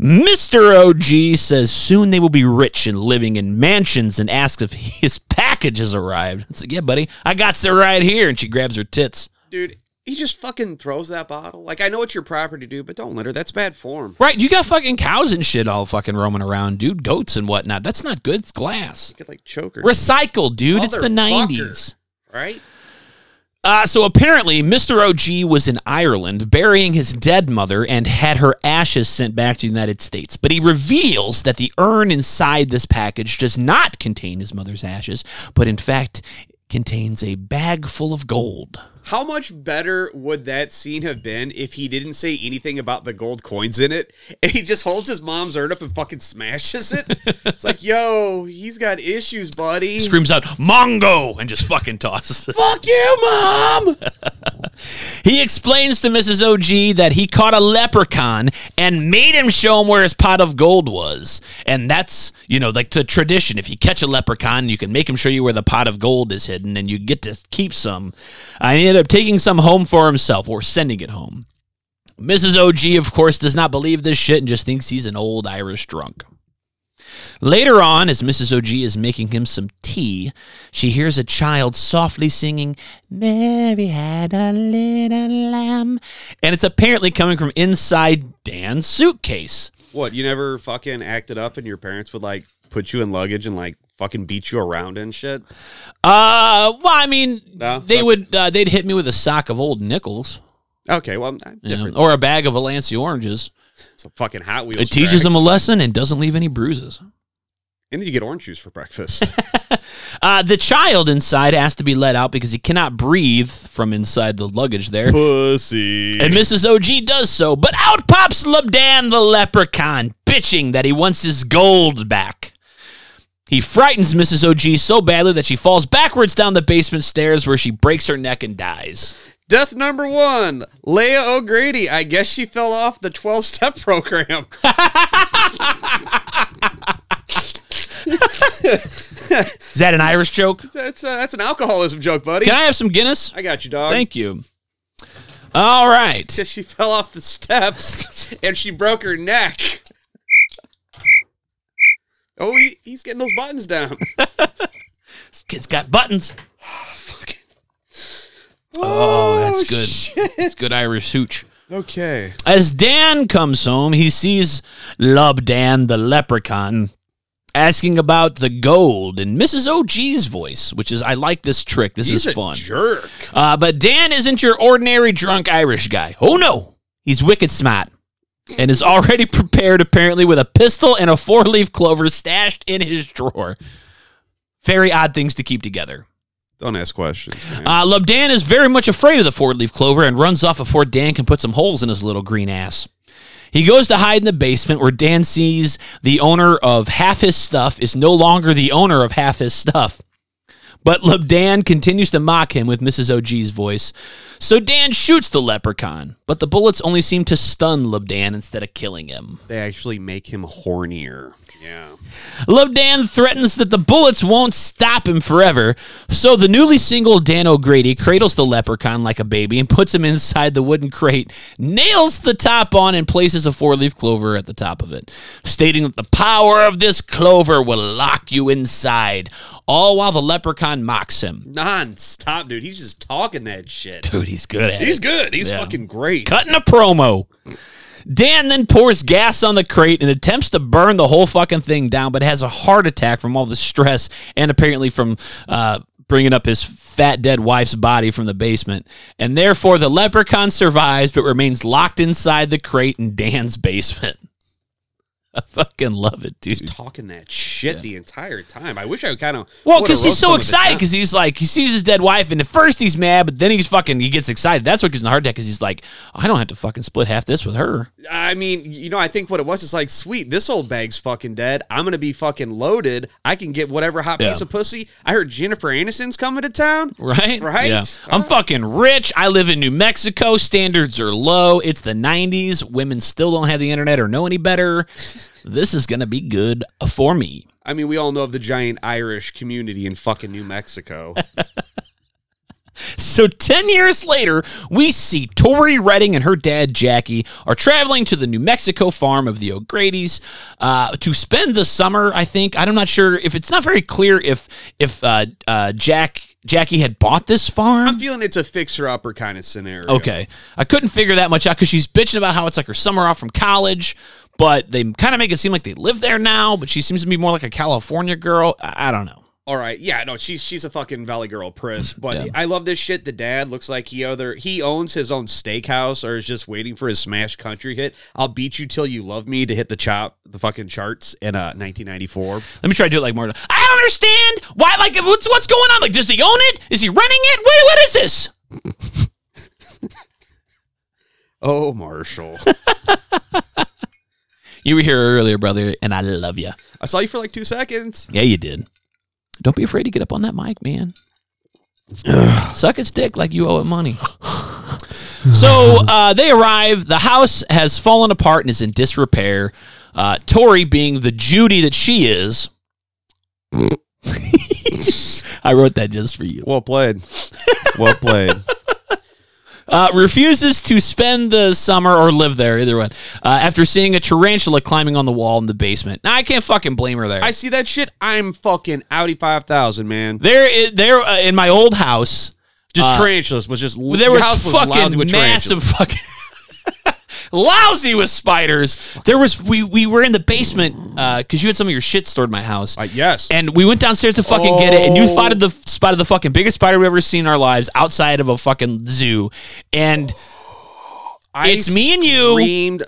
[SPEAKER 1] Mr. OG says soon they will be rich and living in mansions and asks if his package has arrived. It's like, yeah, buddy, I got it right here. And she grabs her tits.
[SPEAKER 2] dude. He just fucking throws that bottle. Like I know it's your property, dude, but don't litter. That's bad form.
[SPEAKER 1] Right, you got fucking cows and shit all fucking roaming around, dude. Goats and whatnot. That's not good. It's glass.
[SPEAKER 2] You could like choke her,
[SPEAKER 1] Recycle, dude. It's the
[SPEAKER 2] Motherfucker.
[SPEAKER 1] 90s.
[SPEAKER 2] right?
[SPEAKER 1] Uh, so apparently, Mr. OG was in Ireland burying his dead mother and had her ashes sent back to the United States. But he reveals that the urn inside this package does not contain his mother's ashes, but in fact contains a bag full of gold.
[SPEAKER 2] How much better would that scene have been if he didn't say anything about the gold coins in it? And he just holds his mom's urn up and fucking smashes it. it's like, yo, he's got issues, buddy.
[SPEAKER 1] Screams out, Mongo! and just fucking tosses it.
[SPEAKER 2] Fuck you, mom.
[SPEAKER 1] He explains to Mrs. OG that he caught a leprechaun and made him show him where his pot of gold was. And that's, you know, like the tradition. If you catch a leprechaun, you can make him show you where the pot of gold is hidden and you get to keep some. I ended up taking some home for himself or sending it home. Mrs. OG, of course, does not believe this shit and just thinks he's an old Irish drunk. Later on, as Mrs. OG is making him some tea, she hears a child softly singing, Mary had a little lamb. And it's apparently coming from inside Dan's suitcase.
[SPEAKER 2] What, you never fucking acted up and your parents would like put you in luggage and like fucking beat you around and shit?
[SPEAKER 1] Uh, well, I mean,
[SPEAKER 2] No?
[SPEAKER 1] they
[SPEAKER 2] Okay.
[SPEAKER 1] would, uh, they'd hit me with a sock of old nickels
[SPEAKER 2] Okay, well, I'm
[SPEAKER 1] you know,
[SPEAKER 2] different.
[SPEAKER 1] or a bag of Valencia oranges.
[SPEAKER 2] It's a fucking Hot Wheels.
[SPEAKER 1] It teaches
[SPEAKER 2] tracks.
[SPEAKER 1] them a lesson and doesn't leave any bruises.
[SPEAKER 2] And then you get orange juice for breakfast.
[SPEAKER 1] Uh, the child inside has to be let out because he cannot breathe from inside the luggage there.
[SPEAKER 2] Pussy.
[SPEAKER 1] And Mrs. OG does so, but out pops Labdan the leprechaun, bitching that he wants his gold back. He frightens Mrs. OG so badly that she falls backwards down the basement stairs where she breaks her neck and dies.
[SPEAKER 2] Death number one, Leia O'Grady. I guess she fell off the 12 step program.
[SPEAKER 1] Is that an Irish joke?
[SPEAKER 2] That's, uh, that's an alcoholism joke, buddy.
[SPEAKER 1] Can
[SPEAKER 2] I-,
[SPEAKER 1] I have some Guinness?
[SPEAKER 2] got you, dog.
[SPEAKER 1] Thank you. All right.
[SPEAKER 2] Because she fell off the steps and she broke her neck. Oh, he, he's getting those buttons down.
[SPEAKER 1] This kid's got buttons.
[SPEAKER 2] Oh,
[SPEAKER 1] that's good.
[SPEAKER 2] shit.
[SPEAKER 1] It's good Irish hooch.
[SPEAKER 2] Okay.
[SPEAKER 1] As Dan comes home, he sees Lubdan the leprechaun asking about the gold in Mrs. OG's voice, which is, I like this trick. This
[SPEAKER 2] He's
[SPEAKER 1] is
[SPEAKER 2] a
[SPEAKER 1] fun.
[SPEAKER 2] jerk.
[SPEAKER 1] Uh, but Dan isn't your ordinary drunk Irish guy. Oh, no. He's wicked smart and is already prepared, apparently, with a pistol and a four leaf clover stashed in his drawer. Very odd things to keep together.
[SPEAKER 2] Don't ask questions. man.
[SPEAKER 1] Uh, Lubdan is very much afraid of the four leaf clover and runs off before Dan can put some holes in his little green ass. He goes to hide in the basement where Dan sees the owner of half his stuff is no longer the owner of half his stuff. But Lubdan continues to mock him with Mrs. OG's voice. So Dan shoots the leprechaun, but the bullets only seem to stun Lubdan instead of killing him.
[SPEAKER 2] they actually make him hornier. Yeah.
[SPEAKER 1] Lovedan threatens that the bullets won't stop him forever, so the newly single Dan O'Grady cradles the leprechaun like a baby and puts him inside the wooden crate, nails the top on, and places a four leaf clover at the top of it, stating that the power of this clover will lock you inside, all while the leprechaun mocks him.
[SPEAKER 2] Non stop, dude. He's just talking that shit.
[SPEAKER 1] Dude, he's good at it.
[SPEAKER 2] He's good. He's fucking great.
[SPEAKER 1] cutting a promo. Dan then pours gas on the crate and attempts to burn the whole fucking thing down, but has a heart attack from all the stress and apparently from uh, bringing up his fat dead wife's body from the basement. And therefore, the leprechaun survives but remains locked inside the crate in Dan's basement. I fucking love it, dude.
[SPEAKER 2] He's talking that shit the entire time. I wish I would kind of.
[SPEAKER 1] Well, because he's so excited, because he's like he sees his dead wife, and at first he's mad, but then he's fucking he gets excited. That's what gives him the heart attack, because he's like, I don't have to fucking split half this with her.
[SPEAKER 2] I mean, you know, I think what it was is like, sweet, this old bag's fucking dead. I'm gonna be fucking loaded. I can get whatever hot
[SPEAKER 1] Yeah.
[SPEAKER 2] piece of pussy. I heard Jennifer Aniston's coming to town.
[SPEAKER 1] Right?
[SPEAKER 2] Right? Oh.
[SPEAKER 1] Yeah.
[SPEAKER 2] All
[SPEAKER 1] I'm
[SPEAKER 2] right.
[SPEAKER 1] fucking rich. I live in New Mexico. Standards are low. It's the 90s. Women still don't have the internet or know any better. This is going to be good for me.
[SPEAKER 2] I mean, we all know of the giant Irish community in fucking New Mexico.
[SPEAKER 1] So 10 years later, we see Tori Redding and her dad, Jackie, are traveling to the New Mexico farm of the O'Grady's uh, to spend the summer, I think. I'm not sure if it's not very clear if, if uh, uh, Jack. Jackie had bought this farm.
[SPEAKER 2] I'm feeling it's a fixer-upper kind of scenario.
[SPEAKER 1] Okay. I couldn't figure that much out because she's bitching about how it's like her summer off from college, but they kind of make it seem like they live there now, but she seems to be more like a California girl. I, I don't know.
[SPEAKER 2] All right, yeah, no, she's she's a fucking valley girl, Pris. But I love this shit. The dad looks like he other he owns his own steakhouse or is just waiting for his smash country hit. I'll beat you till you love me to hit the chop the fucking charts in uh 1994.
[SPEAKER 1] Let me try to do it like Marta. I don't understand why. Like, what's what's going on? Like, does he own it? Is he renting it? What, what is this?
[SPEAKER 2] Oh, Marshall,
[SPEAKER 1] You were here earlier, brother, and I love you.
[SPEAKER 2] I saw you for like two seconds.
[SPEAKER 1] Yeah, you did. Don't be afraid to get up on that mic, man. Suck its dick like you owe it money. So uh, they arrive. The house has fallen apart and is in disrepair. Uh, Tori, being the Judy that she is, I wrote that just for you.
[SPEAKER 2] Well played. Well played.
[SPEAKER 1] Uh, refuses to spend the summer or live there, either one. Uh, after seeing a tarantula climbing on the wall in the basement, now I can't fucking blame her there.
[SPEAKER 2] I see that shit. I'm fucking Audi 5000, man.
[SPEAKER 1] there, i- there uh, in my old house,
[SPEAKER 2] Just
[SPEAKER 1] Uh,
[SPEAKER 2] tarantulas was just
[SPEAKER 1] Well, there
[SPEAKER 2] your
[SPEAKER 1] was
[SPEAKER 2] house was lousy
[SPEAKER 1] fucking
[SPEAKER 2] with tarantulas.
[SPEAKER 1] massive fucking lousy with spiders. There was we we were in the basement because you had some of your shit stored in my house.
[SPEAKER 2] Uh, yes.
[SPEAKER 1] and we went downstairs to fucking get it, and
[SPEAKER 2] Oh.
[SPEAKER 1] you spotted the spotted the fucking biggest spider we ever seen in our lives outside of a fucking zoo, and
[SPEAKER 2] Oh, I
[SPEAKER 1] it's me and you.
[SPEAKER 2] Screamed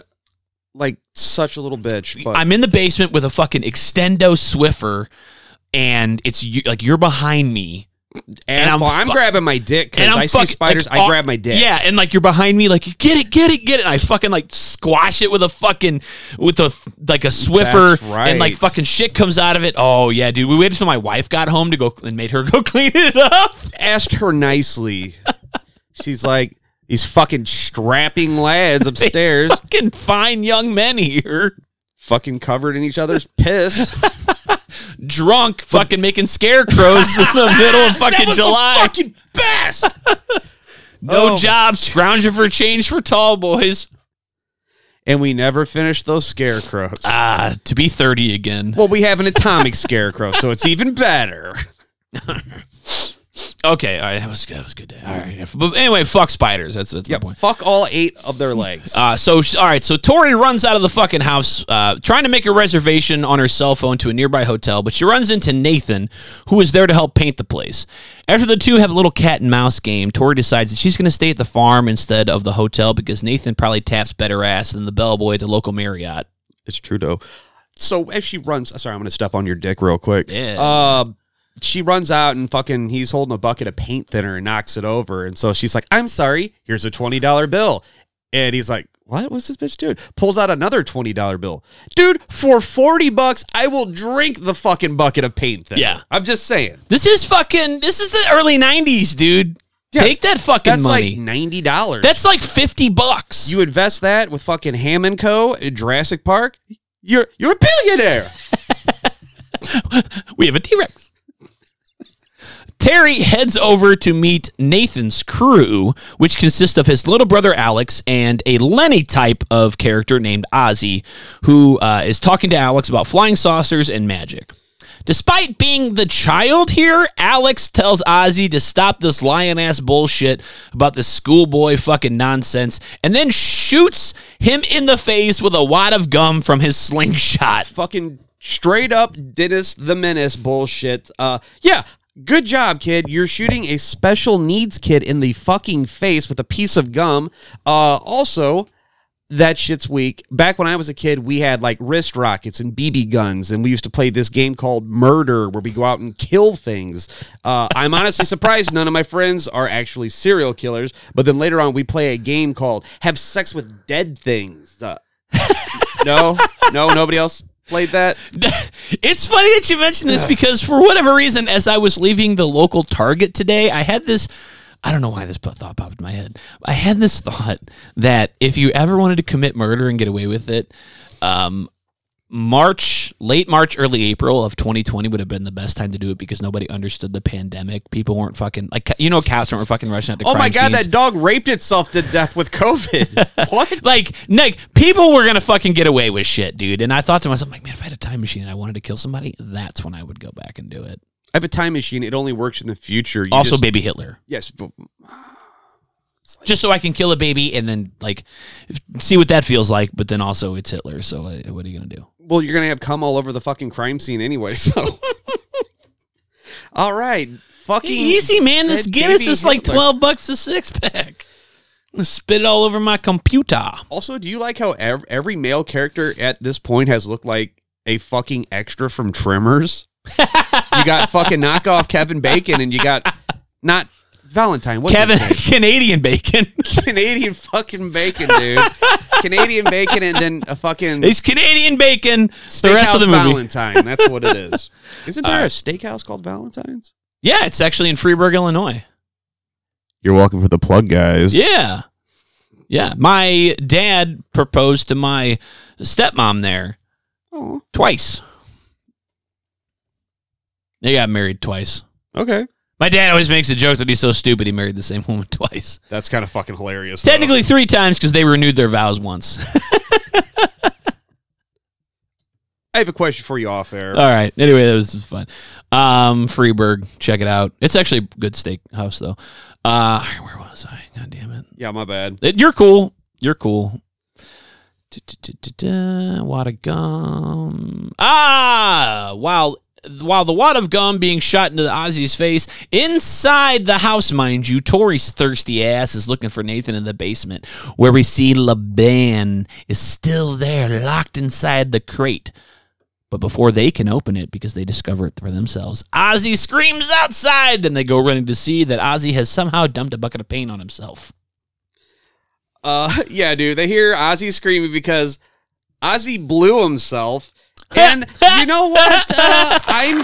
[SPEAKER 2] like such a little bitch. But
[SPEAKER 1] I'm in the basement with a fucking extendo Swiffer, and it's you, like you're behind me,
[SPEAKER 2] and
[SPEAKER 1] I'm
[SPEAKER 2] I'm,
[SPEAKER 1] fu-
[SPEAKER 2] grabbing my dick
[SPEAKER 1] and
[SPEAKER 2] because I see
[SPEAKER 1] fucking-
[SPEAKER 2] spiders.
[SPEAKER 1] like,
[SPEAKER 2] I
[SPEAKER 1] all-
[SPEAKER 2] grab my dick.
[SPEAKER 1] Yeah, and like you're behind me, like get it, get it, get it. And I fucking like squash it with a fucking with a like a Swiffer,
[SPEAKER 2] That's right.
[SPEAKER 1] and like fucking shit comes out of it. Oh yeah, dude. We waited till my wife got home to go and made her go clean it up.
[SPEAKER 2] Asked her nicely. She's like, these fucking strapping lads
[SPEAKER 1] These
[SPEAKER 2] upstairs,
[SPEAKER 1] fucking fine young men here,
[SPEAKER 2] fucking covered in each other's piss.
[SPEAKER 1] drunk, fucking making scarecrows in the middle of fucking July.
[SPEAKER 2] fucking best.
[SPEAKER 1] no
[SPEAKER 2] Oh.
[SPEAKER 1] job, scrounging for change for tall boys.
[SPEAKER 2] And we never finished those scarecrows.
[SPEAKER 1] Ah, to be thirty again.
[SPEAKER 2] well, we have an atomic scarecrow, so it's even
[SPEAKER 1] Oh
[SPEAKER 2] better.
[SPEAKER 1] Okay, all right, that was good. That was a good. Day. All right, but anyway, fuck spiders. That's that's my
[SPEAKER 2] Yeah,
[SPEAKER 1] point.
[SPEAKER 2] fuck all eight of their legs.
[SPEAKER 1] Uh, so sh- all right, so Tori runs out of the fucking house, uh, trying to make a reservation on her cell phone to a nearby hotel, but she runs into Nathan, who is there to help paint the place. After the two have a little cat and mouse game, Tori decides that she's going to stay at the farm instead of the hotel because Nathan probably taps better ass than the bellboy at the local Marriott.
[SPEAKER 2] It's Trudeau. So as she runs, uh, sorry, I'm gonna step on your dick real quick.
[SPEAKER 1] Yeah.
[SPEAKER 2] Uh, she runs out and fucking he's holding a bucket of paint thinner and knocks it over, and so she's like, "I'm sorry, here's a twenty dollar bill," and he's like. What was this bitch doing? Pulls out another twenty dollar bill, dude. For forty bucks, I will drink the fucking bucket of paint. Thinner.
[SPEAKER 1] Yeah.
[SPEAKER 2] I'm just saying.
[SPEAKER 1] This is fucking. This is the early '90s, dude.
[SPEAKER 2] Yeah,
[SPEAKER 1] Take that fucking
[SPEAKER 2] That's
[SPEAKER 1] money.
[SPEAKER 2] like ninety dollars.
[SPEAKER 1] that's like fifty bucks.
[SPEAKER 2] you invest that with fucking Ham and Co. in Jurassic Park. You're you're a billionaire.
[SPEAKER 1] We have a T Rex. Terry heads over to meet Nathan's crew, which consists of his little brother Alex and a Lenny type of character named Ozzy, who uh, is talking to Alex about flying saucers and magic. Despite being the child here, Alex tells Ozzy to stop this lion ass bullshit about this schoolboy fucking nonsense and then shoots him in the face with a wad of gum from his slingshot.
[SPEAKER 2] fucking straight up Dennis the Menace bullshit. Uh, yeah, good job, kid. You're shooting a special needs kid in the fucking face with a piece of gum. Uh, also, that shit's weak. Back when I was a kid, we had like wrist rockets and BB guns, and we used to play this game called Murder, where we go out and kill things. Uh, I'm honestly surprised none of my friends are actually serial killers. But then later on, we play a game called Have Sex with Dead Things. Uh, no, no, nobody else played that.
[SPEAKER 1] it's funny that you mentioned this because for whatever reason, as I was leaving the local Target today, I had this. I don't know why this thought popped in my head. I had this thought that if you ever wanted to commit murder and get away with it, um, March, late March, early April of 2020 would have been the best time to do it because nobody understood the pandemic. People weren't fucking like you know cops weren't fucking rushing out to.
[SPEAKER 2] Oh my
[SPEAKER 1] crime
[SPEAKER 2] god,
[SPEAKER 1] scenes.
[SPEAKER 2] that dog raped itself to death with COVID. what?
[SPEAKER 1] Like, like people were gonna fucking get away with shit, dude. And I thought to myself, like, man, if I had a time machine and I wanted to kill somebody, that's when I would go back and do it.
[SPEAKER 2] I have a time machine. It only works in the future. You
[SPEAKER 1] also
[SPEAKER 2] just-
[SPEAKER 1] baby Hitler,
[SPEAKER 2] yes. But
[SPEAKER 1] just so I can kill a baby and then like f- see what that feels like. But then also it's Hitler, so uh, what are you gonna do?
[SPEAKER 2] well, you're gonna have cum all over the fucking crime scene anyway. So, all right, fucking
[SPEAKER 1] Easy, man. This
[SPEAKER 2] That
[SPEAKER 1] Guinness
[SPEAKER 2] baby
[SPEAKER 1] is like
[SPEAKER 2] Hitler.
[SPEAKER 1] twelve bucks a six pack. I'm gonna Spit it all over my computer.
[SPEAKER 2] Also, do you like how ev- every male character at this point has looked like a fucking extra from Tremors? you got fucking knockoff Kevin Bacon, and you got not Valentine. What's his
[SPEAKER 1] Kevin,
[SPEAKER 2] name?
[SPEAKER 1] Canadian bacon.
[SPEAKER 2] Canadian fucking bacon, dude. Canadian bacon, and then a fucking
[SPEAKER 1] It's Canadian bacon. The
[SPEAKER 2] steakhouse
[SPEAKER 1] rest of the movie.
[SPEAKER 2] Valentine. That's what it is. Isn't there a steakhouse called Valentine's?
[SPEAKER 1] Yeah, it's actually in Freeburg, Illinois.
[SPEAKER 2] You're welcome for the plug, guys.
[SPEAKER 1] Yeah. Yeah, my dad proposed to my stepmom there
[SPEAKER 2] Oh,
[SPEAKER 1] twice. They got married twice.
[SPEAKER 2] okay.
[SPEAKER 1] My dad always makes a joke that he's so stupid he married the same woman twice.
[SPEAKER 2] That's kind of fucking hilarious. though.
[SPEAKER 1] Technically three times because they renewed their vows once.
[SPEAKER 2] I have a question for you off air.
[SPEAKER 1] All right. Anyway, that was fun. Um, Freeburg, check it out. It's actually a good steakhouse though. Uh, where was I? God damn it.
[SPEAKER 2] yeah, my bad.
[SPEAKER 1] It- You're cool. You're cool. Du-du-du-du-du. Wad of gum. Ah! While while the wad of gum being shot into Ozzy's face inside the house, mind you, Tori's thirsty ass is looking for Nathan in the basement, where we see Laban is still there, locked inside the crate. But before they can open it, because they discover it for themselves, Ozzy screams outside, and they go running to see that Ozzy has somehow dumped a bucket of paint on himself.
[SPEAKER 2] Uh, yeah, dude. They hear Ozzy screaming because Ozzy blew himself. And you know what? Uh, I'm.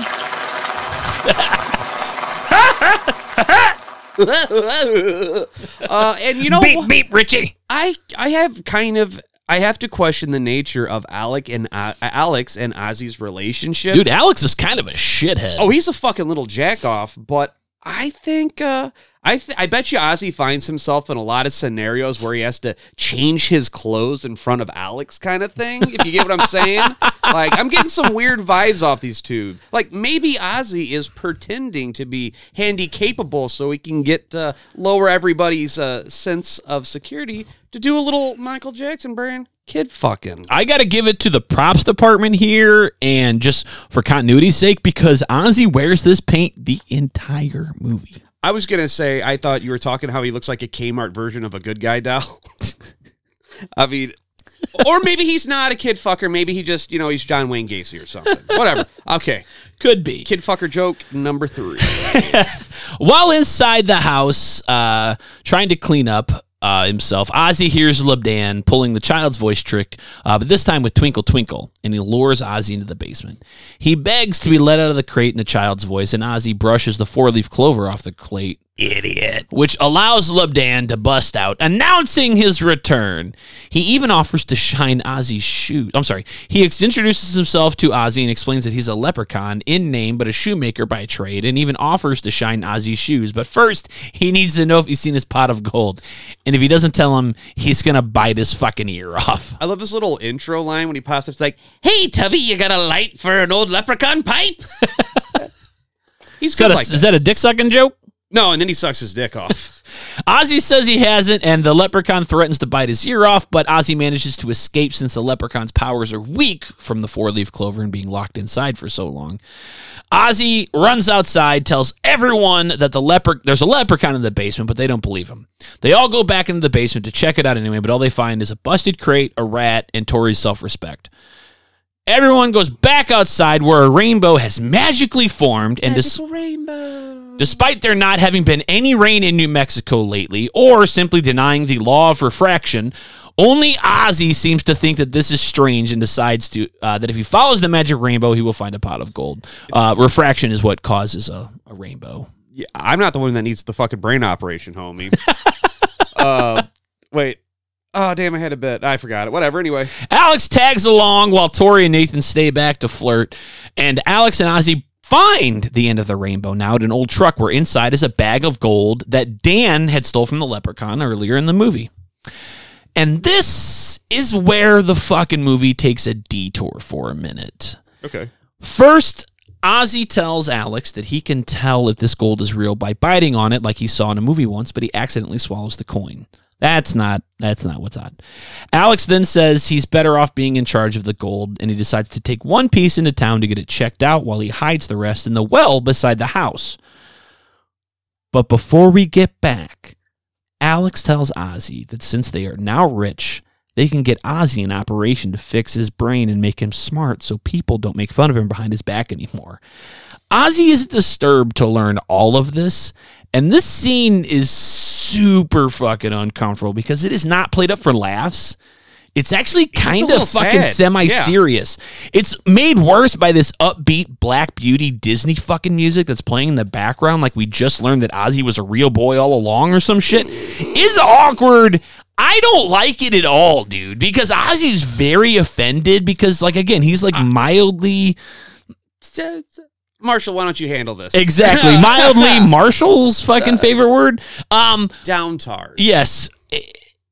[SPEAKER 2] uh, and you know what?
[SPEAKER 3] beep, Richie.
[SPEAKER 2] I I have kind of I have to question the nature of Alec and uh, Alex and Ozzy's relationship.
[SPEAKER 1] Dude, Alex is kind of a shithead.
[SPEAKER 2] Oh, he's a fucking little jack off, but I think uh I th- I bet you Ozzy finds himself in a lot of scenarios where he has to change his clothes in front of Alex kind of thing, if you get what I'm saying. like I'm getting some weird vibes off these two. Like maybe Ozzy is pretending to be handy capable so he can get uh, lower everybody's uh, sense of security to do a little Michael Jackson brand kid fucking.
[SPEAKER 1] I got to give it to the props department here and just for continuity's sake because Ozzy wears this paint the entire movie.
[SPEAKER 2] I was gonna say I thought you were talking how he looks like a Kmart version of a good guy doll. I mean, or maybe he's not a kid fucker. Maybe he just you know he's John Wayne Gacy or something. Whatever. Okay,
[SPEAKER 1] Could be.
[SPEAKER 2] kid fucker joke number three.
[SPEAKER 1] While inside the house, uh, trying to clean up uh, himself, Ozzy hears Lebdan pulling the child's voice trick, uh, but this time with Twinkle Twinkle, and he lures Ozzy into the basement. He begs to be let out of the crate in the child's voice, and Ozzy brushes the four leaf clover off the crate. Idiot. Which allows Lebdan to bust out, announcing his return. He even offers to shine Ozzy's shoe. I'm sorry. He ex- introduces himself to Ozzy and explains that he's a leprechaun in name, but a shoemaker by trade, and even offers to shine Ozzy's shoes. But first, he needs to know if he's seen his pot of gold. And if he doesn't tell him, he's going to bite his fucking ear off.
[SPEAKER 2] I love this little intro line when he pops up. It's like
[SPEAKER 3] Hey, Tubby, you got a light for an old leprechaun pipe?
[SPEAKER 2] he's
[SPEAKER 1] Is that
[SPEAKER 2] good
[SPEAKER 1] a,
[SPEAKER 2] like
[SPEAKER 1] is
[SPEAKER 2] that.
[SPEAKER 1] that a dick sucking joke?
[SPEAKER 2] No, and then he sucks his dick off.
[SPEAKER 1] Ozzy says he hasn't, and the leprechaun threatens to bite his ear off, but Ozzy manages to escape since the leprechaun's powers are weak from the four leaf clover and being locked inside for so long. Ozzy runs outside, tells everyone that the leper there's a leprechaun in the basement, but they don't believe him. They all go back into the basement to check it out anyway, but all they find is a busted crate, a rat, and Tori's self respect. Everyone goes back outside where a rainbow has magically formed and dis- Despite there not having been any rain in New Mexico lately, or simply denying the law of refraction, only Ozzy seems to think that this is strange and decides to uh, that if he follows the magic rainbow, he will find a pot of gold. Uh, refraction is what causes a, a rainbow.
[SPEAKER 2] Yeah, I'm not the one that needs the fucking brain operation, homie. uh, wait. Oh damn! I had a bit. I forgot it. Whatever. Anyway.
[SPEAKER 1] Alex tags along while Tori and Nathan stay back to flirt, and Alex and Ozzy find the end of the rainbow now at an old truck where inside is a bag of gold that Dan had stole from the leprechaun earlier in the movie. And this is where the fucking movie takes a detour for a minute.
[SPEAKER 2] Okay.
[SPEAKER 1] First, Ozzy tells Alex that he can tell if this gold is real by biting on it like he saw in a movie once, but he accidentally swallows the coin. That's not that's not what's odd. Alex then says he's better off being in charge of the gold and he decides to take one piece into town to get it checked out while he hides the rest in the well beside the house. But before we get back, Alex tells Ozzy that since they are now rich, they can get Ozzy an operation to fix his brain and make him smart so people don't make fun of him behind his back anymore. Ozzy is disturbed to learn all of this, and this scene is super fucking uncomfortable because it is not played up for laughs. It's actually kind
[SPEAKER 2] little
[SPEAKER 1] of fucking
[SPEAKER 2] sad.
[SPEAKER 1] semi serious. It's made worse by this upbeat Black Beauty Disney fucking music that's playing in the background, like we just learned that Ozzy was a real boy all along or some shit. Is awkward. I don't like it at all, dude, because Ozzy's very offended because, like, again, he's like mildly,
[SPEAKER 2] Marshall, why don't you handle this?
[SPEAKER 1] exactly, mildly Marshall's fucking favorite word. Um,
[SPEAKER 2] Downtard.
[SPEAKER 1] yes, i-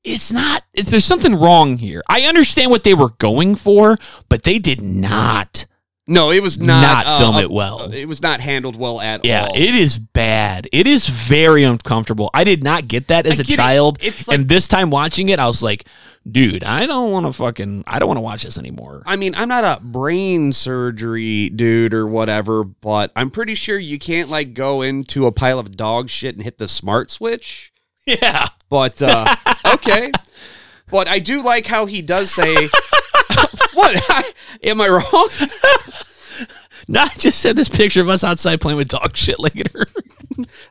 [SPEAKER 1] it's not, it's, there's something wrong here. I understand what they were going for, but they did not.
[SPEAKER 2] No, it was not
[SPEAKER 1] Not film
[SPEAKER 2] uh,
[SPEAKER 1] it well.
[SPEAKER 2] It was not handled well at
[SPEAKER 1] Yeah,
[SPEAKER 2] all.
[SPEAKER 1] it is bad. It is very uncomfortable. I did not get that as
[SPEAKER 2] I
[SPEAKER 1] a
[SPEAKER 2] get it.
[SPEAKER 1] child.
[SPEAKER 2] It's like-
[SPEAKER 1] and this time watching it, I was like, dude, I don't want to fucking, I don't want to watch this anymore.
[SPEAKER 2] I mean, I'm not a brain surgery dude or whatever, but I'm pretty sure you can't like go into a pile of dog shit and hit the smart switch.
[SPEAKER 1] yeah.
[SPEAKER 2] But uh, okay, but I do like how he does say, "What am I wrong?"
[SPEAKER 1] No, I just said this picture of us outside playing with dog shit later.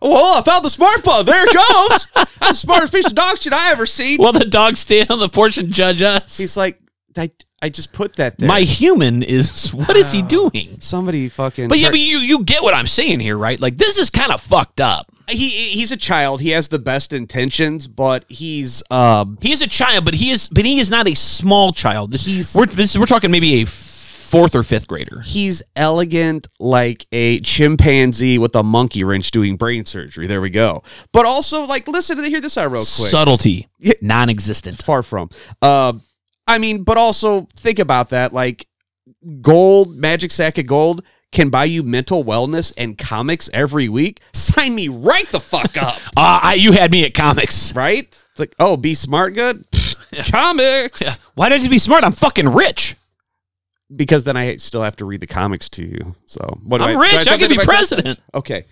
[SPEAKER 2] Well, I found the smart bug. There it goes. That's the smartest piece of dog shit I ever seen.
[SPEAKER 1] While the dogs stand on the porch and judge us.
[SPEAKER 2] He's like, I, I just put that there.
[SPEAKER 1] My human is what is he doing?
[SPEAKER 2] somebody fucking.
[SPEAKER 1] But yeah,
[SPEAKER 2] start-
[SPEAKER 1] but you you get what I'm saying here, right? Like this is kind of fucked up.
[SPEAKER 2] he he's a child. He has the best intentions, but he's um
[SPEAKER 1] He is a child, but he is but he is not a small child. This- we're this, we're talking maybe a fourth or fifth grader.
[SPEAKER 2] he's elegant like a chimpanzee with a monkey wrench doing brain surgery. There we go. But also like listen to hear this out real quick.
[SPEAKER 1] Subtlety, non-existent.
[SPEAKER 2] Far from. Um I mean, but also think about that like gold, magic sack of gold can buy you mental wellness and comics every week. Sign me right the fuck up,
[SPEAKER 1] Uh, I, you had me at comics.
[SPEAKER 2] right? It's like, "Oh, be smart good." Pfft, comics.
[SPEAKER 1] Why don't you be smart? I'm fucking rich.
[SPEAKER 2] because then I still have to read the comics to you. So what? do
[SPEAKER 1] I'm
[SPEAKER 2] do
[SPEAKER 1] rich.
[SPEAKER 2] jump
[SPEAKER 1] I could
[SPEAKER 2] into
[SPEAKER 1] be
[SPEAKER 2] my question?
[SPEAKER 1] president.
[SPEAKER 2] Okay.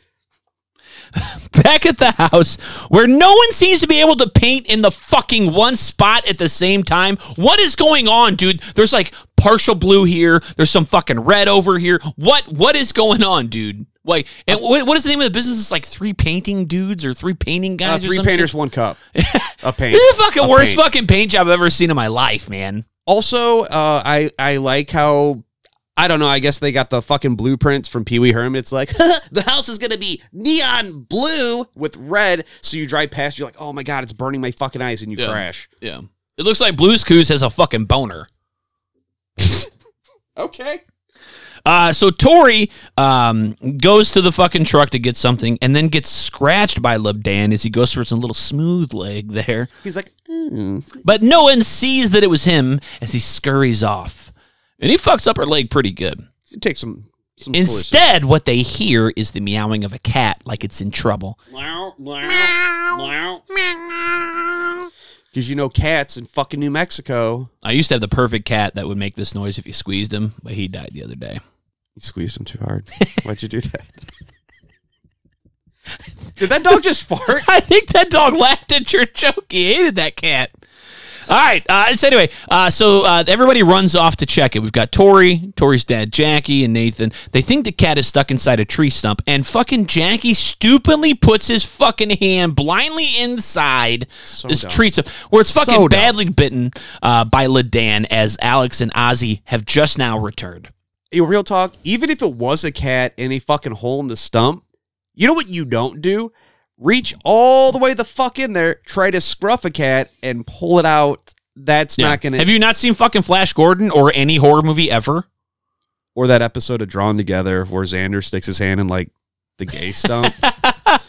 [SPEAKER 1] back at the house where no one seems to be able to paint in the fucking one spot at the same time. What is going on, dude? There's like partial blue here. There's some fucking red over here. What what is going on, dude? Like, and what, what is the name of the business? It's like three painting dudes or three painting
[SPEAKER 2] Uh,
[SPEAKER 1] guys. or
[SPEAKER 2] three
[SPEAKER 1] some shit?
[SPEAKER 2] painters, one cup. A paint.
[SPEAKER 1] This is the fucking
[SPEAKER 2] A
[SPEAKER 1] worst
[SPEAKER 2] paint.
[SPEAKER 1] fucking paint job I've ever seen in my life, man.
[SPEAKER 2] Also, uh, I I like how. I don't know. I guess they got the fucking blueprints from Pee Wee Herman. It's like the house is gonna be neon blue with red. So you drive past, you're like, "Oh my god, it's burning my fucking eyes," and you
[SPEAKER 1] Yeah.
[SPEAKER 2] crash.
[SPEAKER 1] Yeah. It looks like Blues Coos has a fucking boner.
[SPEAKER 2] Okay.
[SPEAKER 1] Uh, so Tori um, goes to the fucking truck to get something and then gets scratched by Lebdan as he goes for some little smooth leg there.
[SPEAKER 2] He's like, "Mm."
[SPEAKER 1] But no one sees that it was him as he scurries off. And he fucks up her leg pretty good.
[SPEAKER 2] take some some solution.
[SPEAKER 1] Instead, what they hear is the meowing of a cat like it's in trouble.
[SPEAKER 2] because you know cats in fucking New Mexico.
[SPEAKER 1] I used to have the perfect cat that would make this noise if you squeezed him, but he died the other day.
[SPEAKER 2] You squeezed him too hard. Why'd you do that? Did that dog just fart?
[SPEAKER 1] I think that dog laughed at your joke. He hated that cat. All right. Uh, so anyway, uh, so uh, everybody runs off to check it. We've got Tori, Tori's dad, Jackie, and Nathan. They think the cat is stuck inside a tree stump, and fucking Jackie stupidly puts his fucking hand blindly inside this
[SPEAKER 2] dumb.
[SPEAKER 1] tree stump, where it's fucking
[SPEAKER 2] So dumb.
[SPEAKER 1] badly bitten uh, by Ladan, as Alex and Ozzy have just now returned.
[SPEAKER 2] Yo, Real talk. Even if it was a cat in a fucking hole in the stump, you know what you don't do? Reach all the way the fuck in there, try to scruff a cat, and pull it out. That's
[SPEAKER 1] Yeah.
[SPEAKER 2] not gonna.
[SPEAKER 1] Have you not seen fucking Flash Gordon or any horror movie ever?
[SPEAKER 2] or that episode of Drawn Together where Xander sticks his hand in like the gay stump.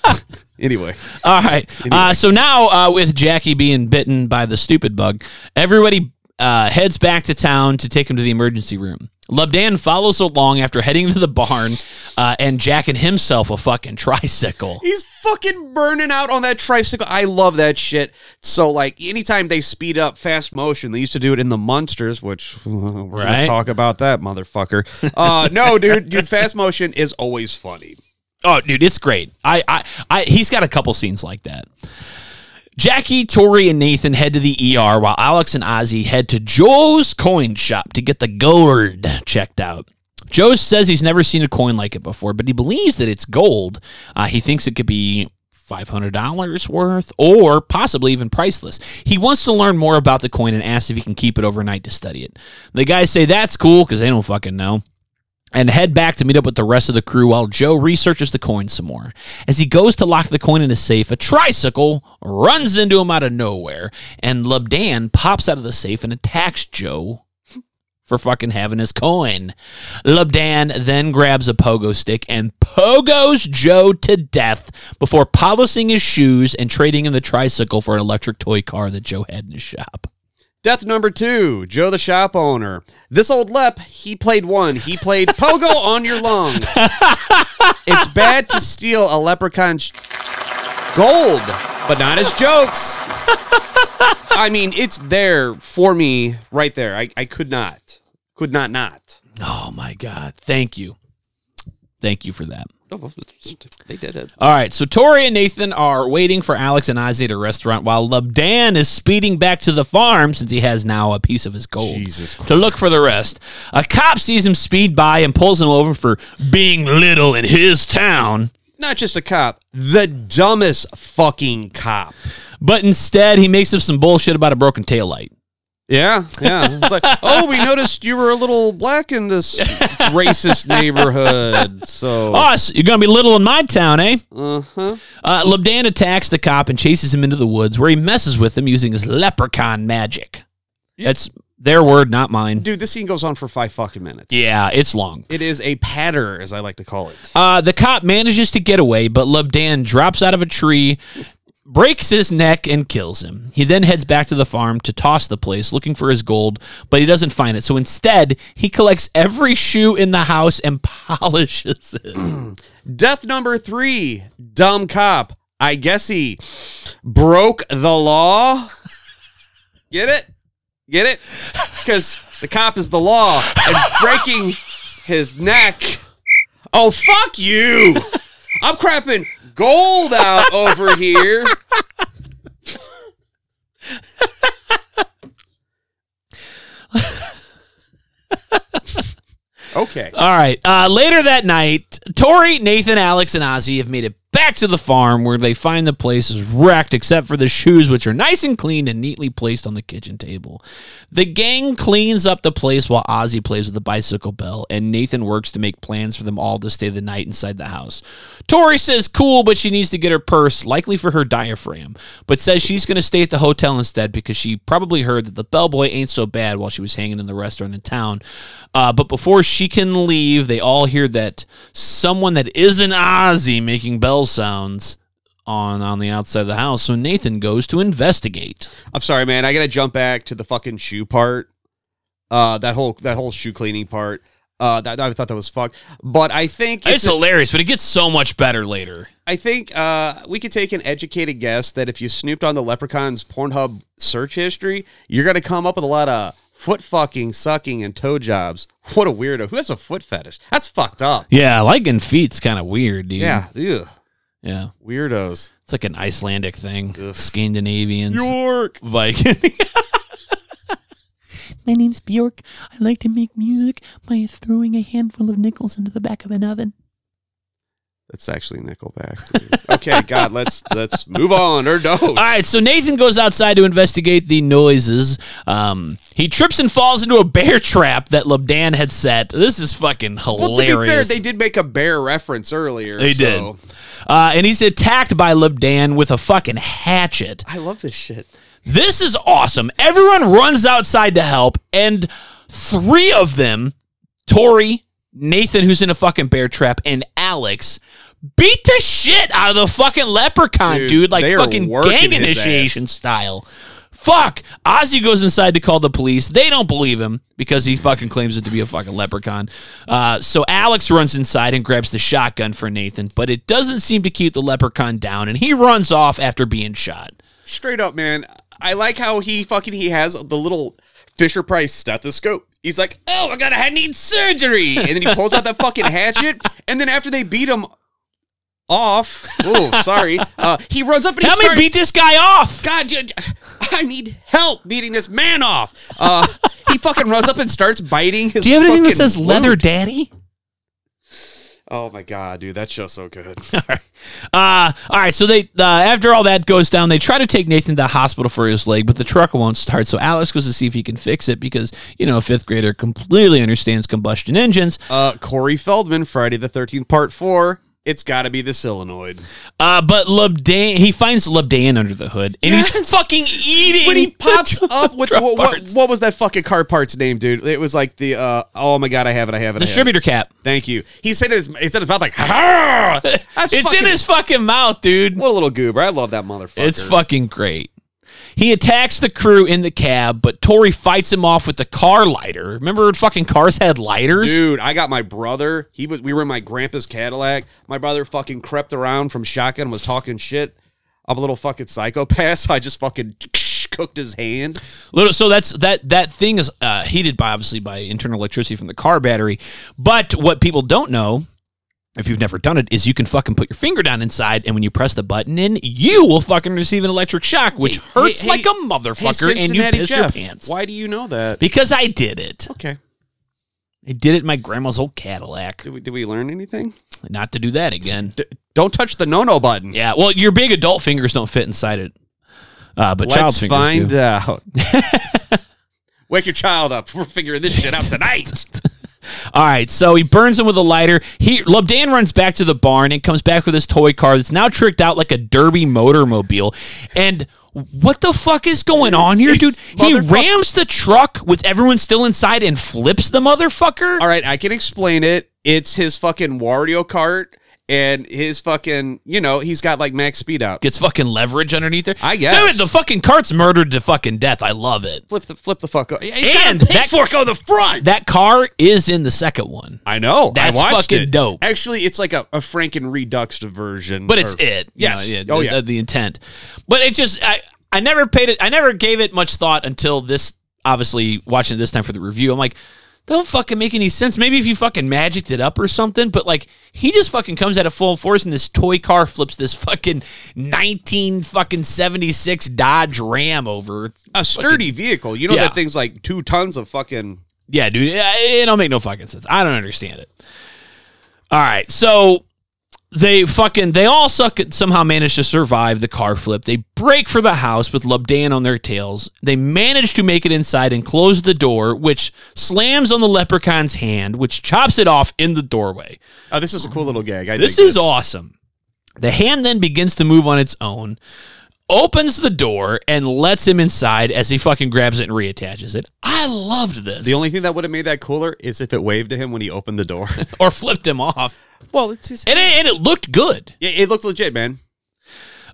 [SPEAKER 2] anyway,
[SPEAKER 1] All right. Uh,
[SPEAKER 2] Anyway.
[SPEAKER 1] so now, uh, with Jackie being bitten by the stupid bug, everybody uh, heads back to town to take him to the emergency room. Lubdan follows along after heading to the barn uh, and jacking himself a fucking tricycle.
[SPEAKER 2] He's fucking burning out on that tricycle. I love that shit. So like anytime they speed up fast motion, they used to do it in the Munsters, which we're
[SPEAKER 1] Right.
[SPEAKER 2] gonna talk about that motherfucker. Uh, no, dude, dude, fast motion is always funny.
[SPEAKER 1] Oh, dude, it's great. I, I, I, he's got a couple scenes like that. Jackie, Tori, and Nathan head to the ER while Alex and Ozzy head to Joe's coin shop to get the gold checked out. Joe says he's never seen a coin like it before, but he believes that it's gold. Uh, he thinks it could be $500 worth or possibly even priceless. He wants to learn more about the coin and asks if he can keep it overnight to study it. The guys say that's cool because they don't fucking know. and head back to meet up with the rest of the crew while Joe researches the coin some more. As he goes to lock the coin in his safe, a tricycle runs into him out of nowhere, and Lebdan pops out of the safe and attacks Joe for fucking having his coin. Lebdan then grabs a pogo stick and pogos Joe to death before polishing his shoes and trading in the tricycle for an electric toy car that Joe had in his shop.
[SPEAKER 2] Death number two, Joe the shop owner. This old lep, he played one. He played Pogo on your lung. it's bad to steal a leprechaun sh- gold, but not as jokes. I mean, it's there for me right there. I, I could not, could not not.
[SPEAKER 1] Oh my God. Thank you. Thank you for that.
[SPEAKER 2] They did it.
[SPEAKER 1] All right, so Tori and Nathan are waiting for Alex and Izzy at a restaurant while Lebdan is speeding back to the farm since he has now a piece of his gold to look for the rest. A cop sees him speed by and pulls him over for being little in his town,
[SPEAKER 2] Not just a cop, the dumbest fucking cop.
[SPEAKER 1] but instead he makes up some bullshit about a broken taillight.
[SPEAKER 2] Yeah, yeah. It's like, oh, we noticed you were a little black in this racist neighborhood. So,
[SPEAKER 1] Us, you're going to be little in my town, eh?
[SPEAKER 2] uh huh.
[SPEAKER 1] Uh, Lebdan attacks the cop and chases him into the woods where he messes with him using his leprechaun magic. That's their word, not mine.
[SPEAKER 2] Dude, this scene goes on for five fucking minutes.
[SPEAKER 1] Yeah, it's long.
[SPEAKER 2] It is a patter, as I like to call it.
[SPEAKER 1] Uh, the cop manages to get away, but Lebdan drops out of a tree, breaks his neck, and kills him. He then heads back to the farm to toss the place, looking for his gold, but he doesn't find it. So instead, he collects every shoe in the house and polishes it.
[SPEAKER 2] Death number three, dumb cop. I guess he broke the law. Get it? Get it? Because the cop is the law and breaking his neck. Oh, fuck you. I'm crapping gold out over here. okay.
[SPEAKER 1] All right. Uh, later that night, Tori, Nathan, Alex, and Ozzy have made it back to the farm where they find the place is wrecked except for the shoes, which are nice and clean and neatly placed on the kitchen table. The gang cleans up the place while Ozzy plays with the bicycle bell, and Nathan works to make plans for them all to stay the night inside the house. Tori says cool, but she needs to get her purse, likely for her diaphragm, but says she's going to stay at the hotel instead because she probably heard that the bellboy ain't so bad while she was hanging in the restaurant in town. Uh, but before she can leave, they all hear that someone that isn't Ozzy making bell sounds on on the outside of the house. So Nathan goes to investigate.
[SPEAKER 2] I'm sorry, man. I gotta jump back to the fucking shoe part. Uh, that whole that whole shoe cleaning part. Uh, that I thought that was fucked. But I think
[SPEAKER 1] It's,
[SPEAKER 2] it's, a-
[SPEAKER 1] hilarious, but it gets so much better later.
[SPEAKER 2] I think uh, we could take an educated guess that if you snooped on the Leprechaun's Pornhub search history, you're gonna come up with a lot of foot fucking, sucking, and toe jobs. What a weirdo! Who has a foot fetish? That's fucked up.
[SPEAKER 1] Yeah, liking feet's kind of weird, dude.
[SPEAKER 2] Yeah, ugh,
[SPEAKER 1] yeah.
[SPEAKER 2] weirdos.
[SPEAKER 1] It's like an Icelandic thing, Scandinavians,
[SPEAKER 2] York.
[SPEAKER 1] Viking.
[SPEAKER 7] My name's Bjork. I like to make music by throwing a handful of nickels into the back of an oven.
[SPEAKER 2] That's actually Nickelback. dude. okay, God, let's let's move on or don't.
[SPEAKER 1] All right, so Nathan goes outside to investigate the noises. Um, he trips and falls into a bear trap that Lebdan had set. This is fucking
[SPEAKER 2] Well,
[SPEAKER 1] hilarious.
[SPEAKER 2] to be fair, they did make a bear reference earlier.
[SPEAKER 1] They did.
[SPEAKER 2] so-
[SPEAKER 1] Uh, and he's attacked by Lebdan with a fucking hatchet.
[SPEAKER 2] I love this shit.
[SPEAKER 1] This is awesome. Everyone runs outside to help, and three of them, Tori, Nathan, who's in a fucking bear trap, and Alex, beat the shit out of the fucking leprechaun, dude,
[SPEAKER 2] Dude,
[SPEAKER 1] like
[SPEAKER 2] they are
[SPEAKER 1] fucking
[SPEAKER 2] working
[SPEAKER 1] gang
[SPEAKER 2] his
[SPEAKER 1] initiation style. Fuck. Ozzy goes inside to call the police. They don't believe him because he fucking claims it to be a fucking leprechaun. Uh, so Alex runs inside and grabs the shotgun for Nathan, but it doesn't seem to keep the leprechaun down, and he runs off after being shot.
[SPEAKER 2] Straight up, man. I like how he fucking he has the little Fisher Price stethoscope. He's like, oh, I gotta I need surgery, and then he pulls out that fucking hatchet, and then after they beat him off, oh, sorry, uh, he runs up and he
[SPEAKER 1] Help me
[SPEAKER 2] starts.
[SPEAKER 1] beat this guy off.
[SPEAKER 2] God, you- I need help beating this man off. Uh, he fucking runs up and starts biting his. fucking loot.
[SPEAKER 1] "Daddy"?
[SPEAKER 2] Oh my god, dude, that show's so good.
[SPEAKER 1] Uh, all right, so they uh, after all that goes down, they try to take Nathan to the hospital for his leg, but the truck won't start. So Alex goes to see if he can fix it because you know a fifth grader completely understands combustion engines.
[SPEAKER 2] Uh, Corey Feldman, Friday the Thirteenth, Part Four. It's got to be the solenoid.
[SPEAKER 1] Uh, but Lebdan, he finds Lebdan under the hood, and he's fucking eating.
[SPEAKER 2] When he pops
[SPEAKER 1] the
[SPEAKER 2] up with
[SPEAKER 1] truck
[SPEAKER 2] what, what,
[SPEAKER 1] parts.
[SPEAKER 2] what was that fucking car parts name, dude? It was like the uh, oh my god, I have it, I have it. I have it.
[SPEAKER 1] distributor cap,
[SPEAKER 2] Thank you. He said his it's in his mouth like ha.
[SPEAKER 1] it's in his fucking mouth, dude.
[SPEAKER 2] What a little goober. I love that motherfucker.
[SPEAKER 1] It's fucking great. He attacks the crew in the cab, but Tori fights him off with the car lighter. Remember when fucking cars had lighters?
[SPEAKER 2] Dude, I got my brother. He was. We were in my grandpa's Cadillac. My brother fucking crept around from shotgun, and was talking shit. I'm a little fucking psychopath. So I just fucking cooked his hand.
[SPEAKER 1] Little, so that's that that thing is uh, heated by obviously by internal electricity from the car battery. But what people don't know, if you've never done it, is you can fucking put your finger down inside, and when you press the button in, you will fucking receive an electric shock, which hurts
[SPEAKER 2] hey,
[SPEAKER 1] like
[SPEAKER 2] hey,
[SPEAKER 1] a motherfucker, and you piss your pants.
[SPEAKER 2] Why do you know that?
[SPEAKER 1] Because I did it.
[SPEAKER 2] Okay.
[SPEAKER 1] I did it in my grandma's old Cadillac.
[SPEAKER 2] Did we, did we learn anything?
[SPEAKER 1] Not to do that again.
[SPEAKER 2] D- don't touch the no no button.
[SPEAKER 1] Yeah, well, your big adult fingers don't fit inside it, uh, but child
[SPEAKER 2] Let's
[SPEAKER 1] fingers
[SPEAKER 2] find
[SPEAKER 1] do.
[SPEAKER 2] out. Wake your child up. We're figuring this shit out tonight.
[SPEAKER 1] All right, so he burns him with a lighter. He Lobdan runs back to the barn and comes back with his toy car that's now tricked out like a derby motormobile. And what the fuck is going on here, dude? He
[SPEAKER 2] motherfuck-
[SPEAKER 1] rams the truck with everyone still inside and flips the motherfucker.
[SPEAKER 2] All right, I can explain it. It's his fucking Wario cart and his fucking, you know, he's got like max speed out.
[SPEAKER 1] Gets fucking leverage underneath there.
[SPEAKER 2] I guess.
[SPEAKER 1] Dude, the fucking cart's murdered to fucking death. I love it.
[SPEAKER 2] flip the flip the fuck up.
[SPEAKER 1] and pitchfork on the front. That car is in the second one,
[SPEAKER 2] I know.
[SPEAKER 1] That's
[SPEAKER 2] I watched
[SPEAKER 1] fucking
[SPEAKER 2] it.
[SPEAKER 1] dope.
[SPEAKER 2] Actually, it's like a, a Franken reduxed version.
[SPEAKER 1] but it's
[SPEAKER 2] or-
[SPEAKER 1] it. you
[SPEAKER 2] Yes.
[SPEAKER 1] know, yeah,
[SPEAKER 2] oh
[SPEAKER 1] the,
[SPEAKER 2] yeah.
[SPEAKER 1] The, the intent, but it just I I never paid it. I never gave it much thought until this. Obviously, watching it this time for the review, I'm like, that don't fucking make any sense. Maybe if you fucking magicked it up or something, but like he just fucking comes out of full force and this toy car flips this fucking 19 fucking 76 Dodge Ram over.
[SPEAKER 2] a sturdy vehicle. You know
[SPEAKER 1] Yeah.
[SPEAKER 2] that thing's like two tons of fucking.
[SPEAKER 1] Yeah, dude, it, it don't make no fucking sense. I don't understand it. All right, so they fucking they all suck somehow manage to survive the car flip. They break for the house with Lubdan on their tails. They manage to make it inside and close the door, which slams on the leprechaun's hand, which chops it off in the doorway.
[SPEAKER 2] Oh, this is a cool little gag. I
[SPEAKER 1] This
[SPEAKER 2] dig
[SPEAKER 1] is awesome. The hand then begins to move on its own, opens the door, and lets him inside as he fucking grabs it and reattaches it. I loved this.
[SPEAKER 2] The only thing that would have made that cooler is if it waved to him when he opened the door.
[SPEAKER 1] or flipped him off.
[SPEAKER 2] well, it's his.
[SPEAKER 1] and it, and it looked good.
[SPEAKER 2] Yeah, it looked legit, man.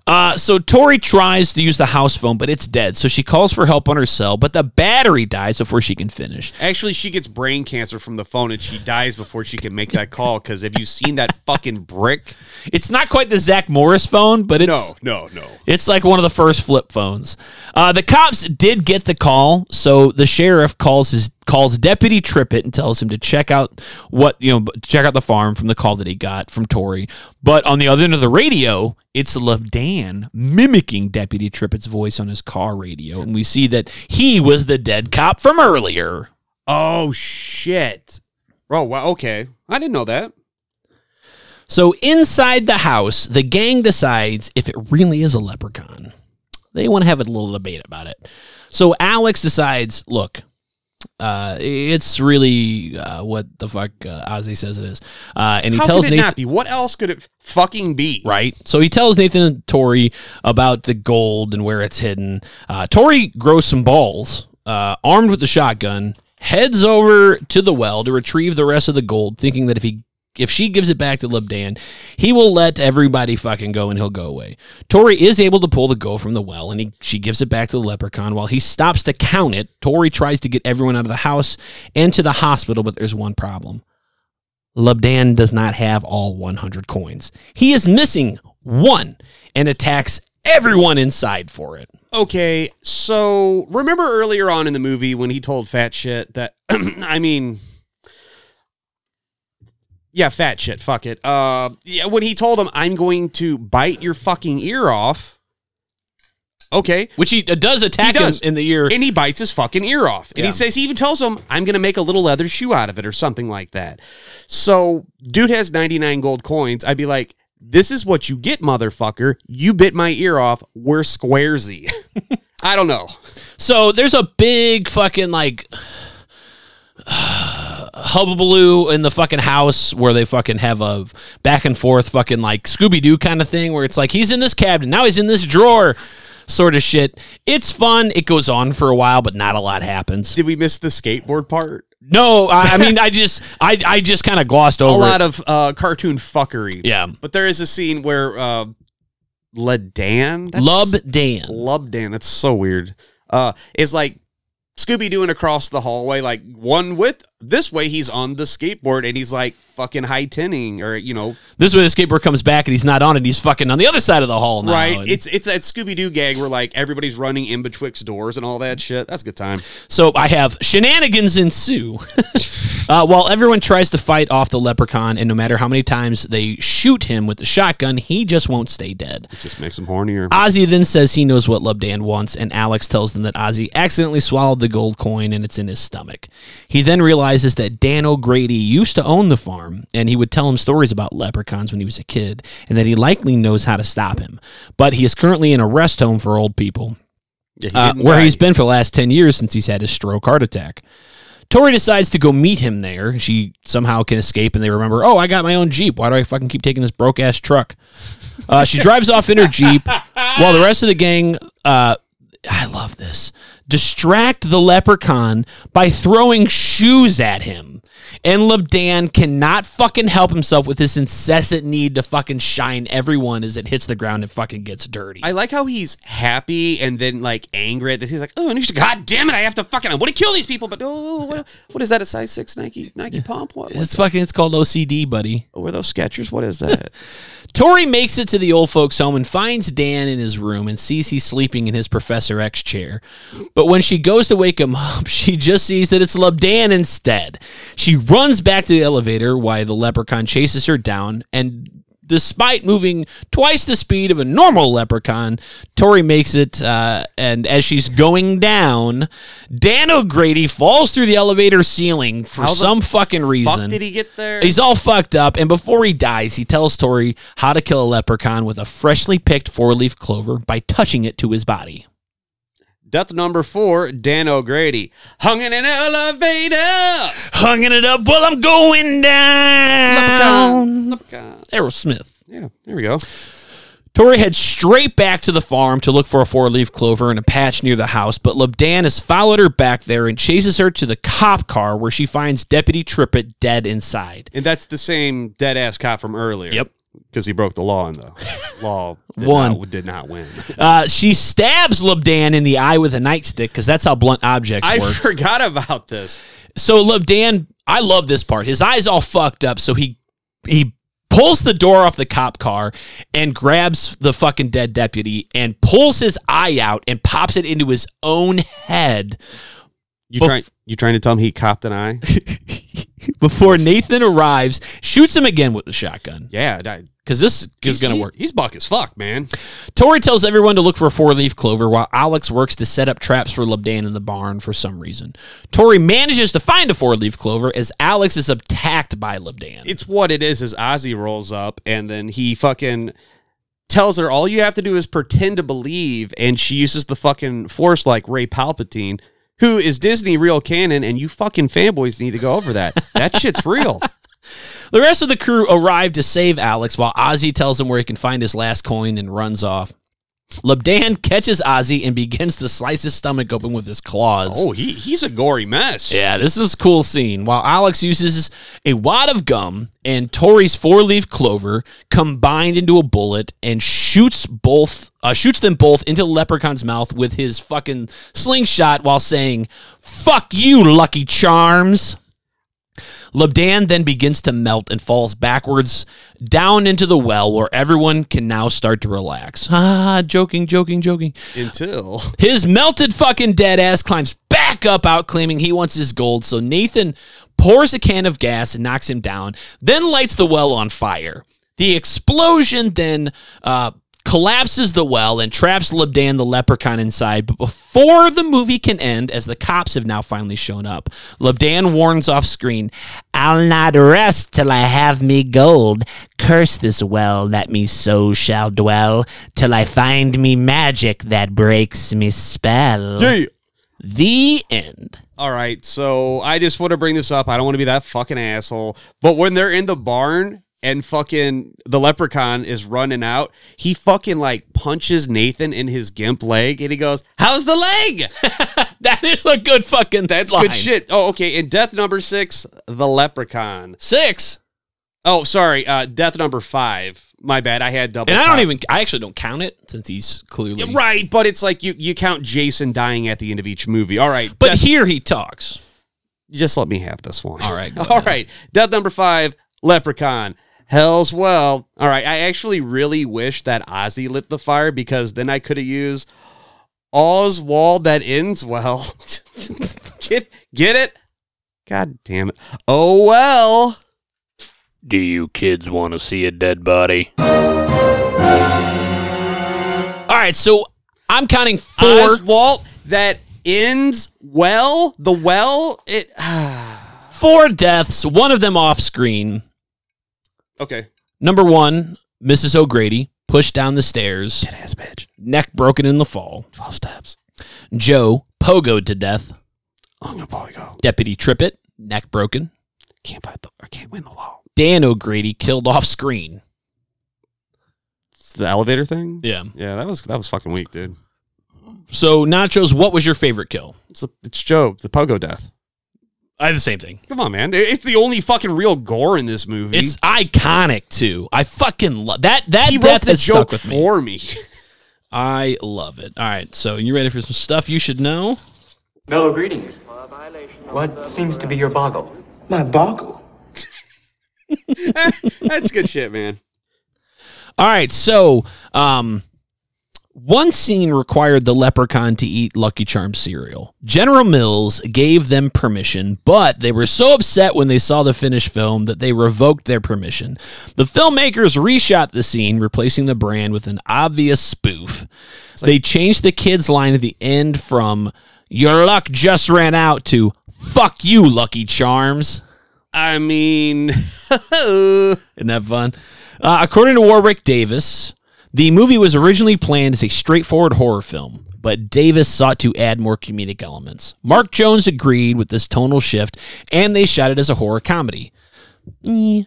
[SPEAKER 1] Uh, so Tori tries to use the house phone, but it's dead. So she calls for help on her cell, but the battery dies before she can finish.
[SPEAKER 2] Actually, she gets brain cancer from the phone and she dies before she can make that call. Because have you seen that fucking brick?
[SPEAKER 1] It's not quite the Zach Morris phone, but it's
[SPEAKER 2] No, no, no.
[SPEAKER 1] it's like one of the first flip phones. Uh, the cops did get the call, so the sheriff calls his calls Deputy Trippett and tells him to check out what you know, check out the farm from the call that he got from Tori. But on the other end of the radio, it's Lebdan mimicking Deputy Trippett's voice on his car radio, and we see that he was the dead cop from earlier.
[SPEAKER 2] Oh shit, bro. Wow. Okay, I didn't know that.
[SPEAKER 1] So inside the house, the gang decides if it really is a leprechaun. They want to have a little debate about it. So Alex decides, look, uh, it's really uh, what the fuck uh, Ozzy says it is, uh, and he
[SPEAKER 2] How
[SPEAKER 1] tells
[SPEAKER 2] could it
[SPEAKER 1] Nathan
[SPEAKER 2] not be? What else could it fucking be?
[SPEAKER 1] right? So he tells Nathan and Tori about the gold and where it's hidden. Uh, Tori grows some balls, uh, armed with the shotgun, heads over to the well to retrieve the rest of the gold, thinking that if he if she gives it back to Lebdan, he will let everybody fucking go and he'll go away. Tori is able to pull the gold from the well and he, she gives it back to the leprechaun while he stops to count it. Tori tries to get everyone out of the house and to the hospital, but there's one problem. Lebdan does not have all 100 coins. He is missing one and attacks everyone inside for it.
[SPEAKER 2] Okay, so remember earlier on in the movie when he told Fat Shit that I mean Yeah, Fat Shit, fuck it. Uh yeah, when he told him I'm going to bite your fucking ear off. Okay.
[SPEAKER 1] Which he uh, does attack him in the ear.
[SPEAKER 2] And he bites his fucking ear off. And
[SPEAKER 1] Yeah.
[SPEAKER 2] he says, he even tells him, I'm going to make a little leather shoe out of it or something like that. So, dude has 99 gold coins. I'd be like, this is what you get, motherfucker. You bit my ear off. We're squaresy. I don't know.
[SPEAKER 1] So there's a big fucking like hubbubaloo in the fucking house where they fucking have a back and forth fucking like Scooby Doo kind of thing where it's like he's in this cabinet now he's in this drawer sort of shit. It's fun. It goes on for a while, but not a lot happens.
[SPEAKER 2] Did we miss the skateboard part?
[SPEAKER 1] No, I, I mean I just I I just kind of glossed
[SPEAKER 2] A
[SPEAKER 1] over.
[SPEAKER 2] lot
[SPEAKER 1] it.
[SPEAKER 2] of uh, cartoon fuckery.
[SPEAKER 1] Oh, yeah,
[SPEAKER 2] But there is a scene where uh, Ledan? that's-
[SPEAKER 1] Lub Dan.
[SPEAKER 2] Lub Dan. That's so weird. Uh, is like Scooby Dooing across the hallway, like one with this way. He's on the skateboard and he's like fucking high tenning, or you know,
[SPEAKER 1] This way the skateboard comes back and he's not on it. He's fucking on the other side of the hall now.
[SPEAKER 2] right?
[SPEAKER 1] and-
[SPEAKER 2] It's it's that Scooby Doo gag where like everybody's running in betwixt doors and all that shit. That's a good time.
[SPEAKER 1] So I have shenanigans ensue. uh, while everyone tries to fight off the leprechaun, and no matter how many times they shoot him with the shotgun, he just won't stay dead.
[SPEAKER 2] Just makes him hornier.
[SPEAKER 1] Ozzy then says he knows what Lubdan wants, and Alex tells them that Ozzy accidentally swallowed the gold coin and it's in his stomach. He then realizes that Dan O'Grady used to own the farm, and he would tell him stories about leprechauns when he was a kid, and that he likely knows how to stop him. But he is currently in a rest home for old people
[SPEAKER 2] Yeah, he
[SPEAKER 1] uh,
[SPEAKER 2] didn't
[SPEAKER 1] where
[SPEAKER 2] die.
[SPEAKER 1] he's been for the last 10 years since he's had his stroke heart attack. Tori decides to go meet him there. She somehow can escape, and they remember, oh, I got my own Jeep. Why do I fucking keep taking this broke ass truck? Uh, she drives off in her Jeep while the rest of the gang, uh, I love this, distract the leprechaun by throwing shoes at him. And Lebdan cannot fucking help himself with this incessant need to fucking shine everyone as it hits the ground and fucking gets dirty.
[SPEAKER 2] I like how he's happy and then like angry at this. He's like, "Oh, and he's like, God damn it! I have to fucking I want to kill these people." But oh, what, what is that? A size six Nike Nike pump? What, what
[SPEAKER 1] it's fucking, it's called OCD, buddy.
[SPEAKER 2] were those Skechers? What is that?
[SPEAKER 1] Tori makes it to the old folks' home and finds Dan in his room and sees he's sleeping in his Professor X chair. But when she goes to wake him up, she just sees that it's Lubdan instead. She runs back to the elevator while the leprechaun chases her down and. Despite moving twice the speed of a normal leprechaun, Tori makes it, uh, and as she's going down, Dan O'Grady falls through the elevator ceiling for
[SPEAKER 2] How the
[SPEAKER 1] some fucking reason.
[SPEAKER 2] Fuck, did he get there?
[SPEAKER 1] He's all fucked up, and before he dies, he tells Tori how to kill a leprechaun with a freshly picked four leaf clover by touching it to his body.
[SPEAKER 2] Death number four, Dan O'Grady. Hung in an elevator.
[SPEAKER 1] Hunging it up while I'm going down.
[SPEAKER 2] Leprechaun, leprechaun.
[SPEAKER 1] Aerosmith.
[SPEAKER 2] Yeah, there we go.
[SPEAKER 1] Tori heads straight back to the farm to look for a four leaf clover in a patch near the house, but Lebdan has followed her back there and chases her to the cop car where she finds Deputy Trippett dead inside.
[SPEAKER 2] And that's the same dead ass cop from earlier.
[SPEAKER 1] Yep.
[SPEAKER 2] Because he broke the law and the law did
[SPEAKER 1] Won.
[SPEAKER 2] Not, did not win.
[SPEAKER 1] Uh, she stabs Lebdan in the eye with a nightstick because that's how blunt objects
[SPEAKER 2] I
[SPEAKER 1] work.
[SPEAKER 2] forgot about this.
[SPEAKER 1] so look, Dan, I love this part. His eyes all fucked up, so he he pulls the door off the cop car and grabs the fucking dead deputy and pulls his eye out and pops it into his own head
[SPEAKER 2] You
[SPEAKER 1] Bef-
[SPEAKER 2] trying you trying to tell him he copped an eye?
[SPEAKER 1] before Nathan arrives, shoots him again with the shotgun.
[SPEAKER 2] yeah, that
[SPEAKER 1] Because this is going to work.
[SPEAKER 2] He's buck as fuck, man.
[SPEAKER 1] Tori tells everyone to look for four leaf clover while Alex works to set up traps for Lebdan in the barn for some reason. Tori manages to find a four leaf clover as Alex is attacked by Lebdan.
[SPEAKER 2] It's what it is. Is Ozzy rolls up and then he fucking tells her all you have to do is pretend to believe, and she uses the fucking force like Ray Palpatine, who is Disney real canon, and you fucking fanboys need to go over that. That shit's real.
[SPEAKER 1] The rest of the crew arrive to save Alex while Ozzy tells him where he can find his last coin and runs off. Lebdan catches Ozzy and begins to slice his stomach open with his claws.
[SPEAKER 2] Oh, he he's a gory mess.
[SPEAKER 1] Yeah, this is a cool scene. While Alex uses a wad of gum and Tori's four-leaf clover combined into a bullet and shoots both uh, shoots them both into the Leprechaun's mouth with his fucking slingshot while saying, "Fuck you, Lucky Charms." Lebdan then begins to melt and falls backwards down into the well where everyone can now start to relax. Ah, joking, joking, joking.
[SPEAKER 2] Until
[SPEAKER 1] His melted fucking dead ass climbs back up out claiming he wants his gold. So Nathan pours a can of gas and knocks him down, then lights the well on fire. The explosion then uh, collapses the well and traps Lebdan the leprechaun inside. But before the movie can end, as the cops have now finally shown up, Lebdan warns off screen, I'll not rest till I have me gold. Curse this well that me so shall dwell, till I find me magic that breaks me spell. The end.
[SPEAKER 2] All right, so I just want to bring this up. I don't want to be that fucking asshole. But when they're in the barn and fucking the leprechaun is running out, he fucking like punches Nathan in his gimp leg and he goes, How's the leg?
[SPEAKER 1] That is a good fucking
[SPEAKER 2] That's
[SPEAKER 1] line.
[SPEAKER 2] good shit. Oh, okay. And death number six, the leprechaun.
[SPEAKER 1] Six.
[SPEAKER 2] Oh, sorry. Uh, death number five. My bad. I had double.
[SPEAKER 1] And I don't
[SPEAKER 2] count.
[SPEAKER 1] even, I actually don't count it since he's clearly.
[SPEAKER 2] Right, but it's like you you count Jason dying at the end of each movie. All right,
[SPEAKER 1] But
[SPEAKER 2] death-
[SPEAKER 1] here he talks.
[SPEAKER 2] just let me have this one.
[SPEAKER 1] All right, go
[SPEAKER 2] All
[SPEAKER 1] ahead.
[SPEAKER 2] right. Death number five, Leprechaun. Hell's well. All right. I actually really wish that Ozzy lit the fire because then I could have used All's Wall that ends well. get get it? God damn it. Oh well.
[SPEAKER 8] Do you kids want to see a dead body?
[SPEAKER 1] All right, so I'm counting four.
[SPEAKER 2] Oswald that ends well. The well it
[SPEAKER 1] four deaths, one of them off screen.
[SPEAKER 2] Okay.
[SPEAKER 1] Number one, Mrs. O'Grady pushed down the stairs. Shit ass bitch. Neck broken in the fall. 12 steps. Joe pogoed to death. Deputy Trippett, neck broken.
[SPEAKER 2] Can't fight the or can't win the wall.
[SPEAKER 1] Dan O'Grady killed off screen.
[SPEAKER 2] It's the elevator thing?
[SPEAKER 1] Yeah.
[SPEAKER 2] Yeah, that was that was fucking weak, dude.
[SPEAKER 1] So, Nachos, what was your favorite kill?
[SPEAKER 2] It's the, it's Job, the pogo death.
[SPEAKER 1] I had the same thing.
[SPEAKER 2] Come on, man. It- It's the only fucking real gore in this movie.
[SPEAKER 1] It's iconic too. I fucking love that. That
[SPEAKER 2] he wrote
[SPEAKER 1] death
[SPEAKER 2] the
[SPEAKER 1] has
[SPEAKER 2] joke
[SPEAKER 1] stuck with me.
[SPEAKER 2] for me.
[SPEAKER 1] I love it. All right, so you ready for some stuff you should know?
[SPEAKER 9] Mellow greetings. What seems to be your boggle?
[SPEAKER 10] My boggle.
[SPEAKER 2] That's good shit, man.
[SPEAKER 1] All right, so um, one scene required the leprechaun to eat Lucky Charms cereal. General Mills gave them permission, but they were so upset when they saw the finished film that they revoked their permission. The filmmakers reshot the scene, replacing the brand with an obvious spoof. they changed the kids' line at the end from "Your luck just ran out" to "Fuck you, Lucky Charms."
[SPEAKER 2] I mean,
[SPEAKER 1] Isn't that fun? Uh, according to Warwick Davis, the movie was originally planned as a straightforward horror film, but Davis sought to add more comedic elements. Mark Jones agreed with this tonal shift, and they shot it as a horror comedy. Eh.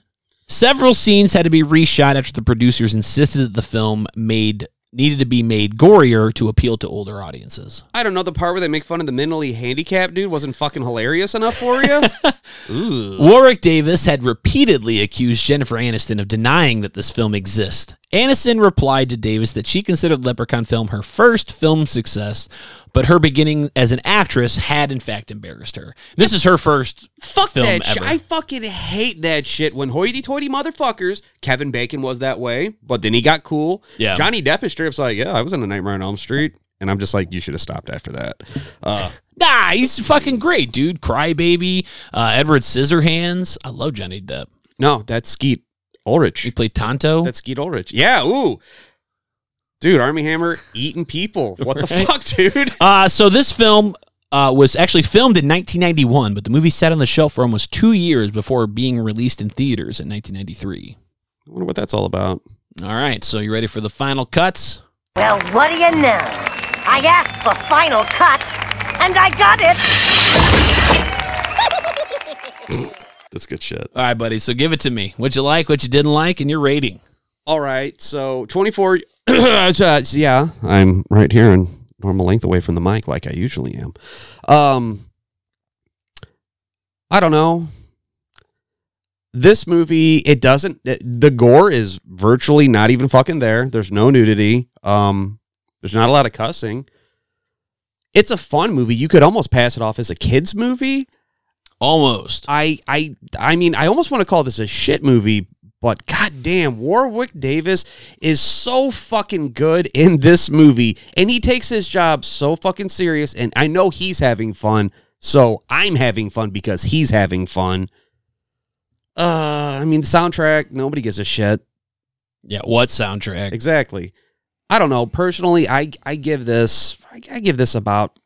[SPEAKER 1] Several scenes had to be reshot after the producers insisted that the film made needed to be made gorier to appeal to older audiences.
[SPEAKER 2] I don't know the part where they make fun of the mentally handicapped dude wasn't fucking hilarious enough for you.
[SPEAKER 1] Warwick Davis had repeatedly accused Jennifer Aniston of denying that this film exists. Aniston replied to Davis that she considered Leprechaun Film her first film success, but her beginning as an actress had in fact embarrassed her. This is her first
[SPEAKER 2] Fuck
[SPEAKER 1] film
[SPEAKER 2] that shit.
[SPEAKER 1] ever.
[SPEAKER 2] I fucking hate that shit when hoity-toity motherfuckers. Kevin Bacon was that way, but then he got cool.
[SPEAKER 1] Yeah.
[SPEAKER 2] Johnny Depp is straight up like, yeah, I was in a Nightmare on Elm Street, and I'm just like, you should have stopped after that. Uh,
[SPEAKER 1] nah, he's fucking great, dude. Crybaby, uh, Edward Scissorhands. I love Johnny Depp.
[SPEAKER 2] no, that's Skeet
[SPEAKER 1] He
[SPEAKER 2] Ulrich.
[SPEAKER 1] played Tonto.
[SPEAKER 2] That's Skeet Ulrich. Yeah. Ooh. Dude, Army Hammer eating people. What the
[SPEAKER 1] Right.
[SPEAKER 2] fuck, dude?
[SPEAKER 1] Uh, so this film uh, was actually filmed in 1991, but the movie sat on the shelf for almost two years before being released in theaters in 1993.
[SPEAKER 2] I wonder what that's all about.
[SPEAKER 1] All right, so you ready for the final cuts?
[SPEAKER 6] Well, what do you know? I asked for final cut, and I got it.
[SPEAKER 2] That's good shit.
[SPEAKER 1] All right, buddy. So give it to me. What you like, what you didn't like, and your rating.
[SPEAKER 2] All right. So 24. uh, yeah, I'm right here and normal length away from the mic like I usually am. Um, I don't know. This movie, it doesn't, the gore is virtually not even fucking there. There's no nudity. Um, there's not a lot of cussing. It's a fun movie. You could almost pass it off as a kids movie.
[SPEAKER 1] Almost.
[SPEAKER 2] I I I mean I almost want to call this a shit movie, but goddamn, Warwick Davis is so fucking good in this movie, and he takes his job so fucking serious. And I know he's having fun, so I'm having fun because he's having fun. Uh, I mean the soundtrack, nobody gives a shit.
[SPEAKER 1] Yeah. What soundtrack?
[SPEAKER 2] Exactly. I don't know. Personally, I I give this I, I give this about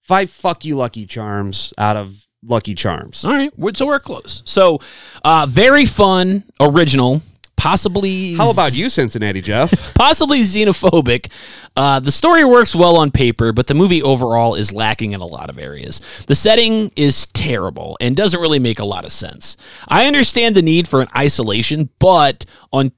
[SPEAKER 2] five fuck you lucky charms out of lucky charms.
[SPEAKER 1] All right, we're- so we're close. So, uh, very fun, original, possibly.
[SPEAKER 2] How about you, Cincinnati Jeff?
[SPEAKER 1] possibly xenophobic. Uh, the story works well on paper, but the movie overall is lacking in a lot of areas. The setting is terrible and doesn't really make a lot of sense. I understand the need for an isolation, but on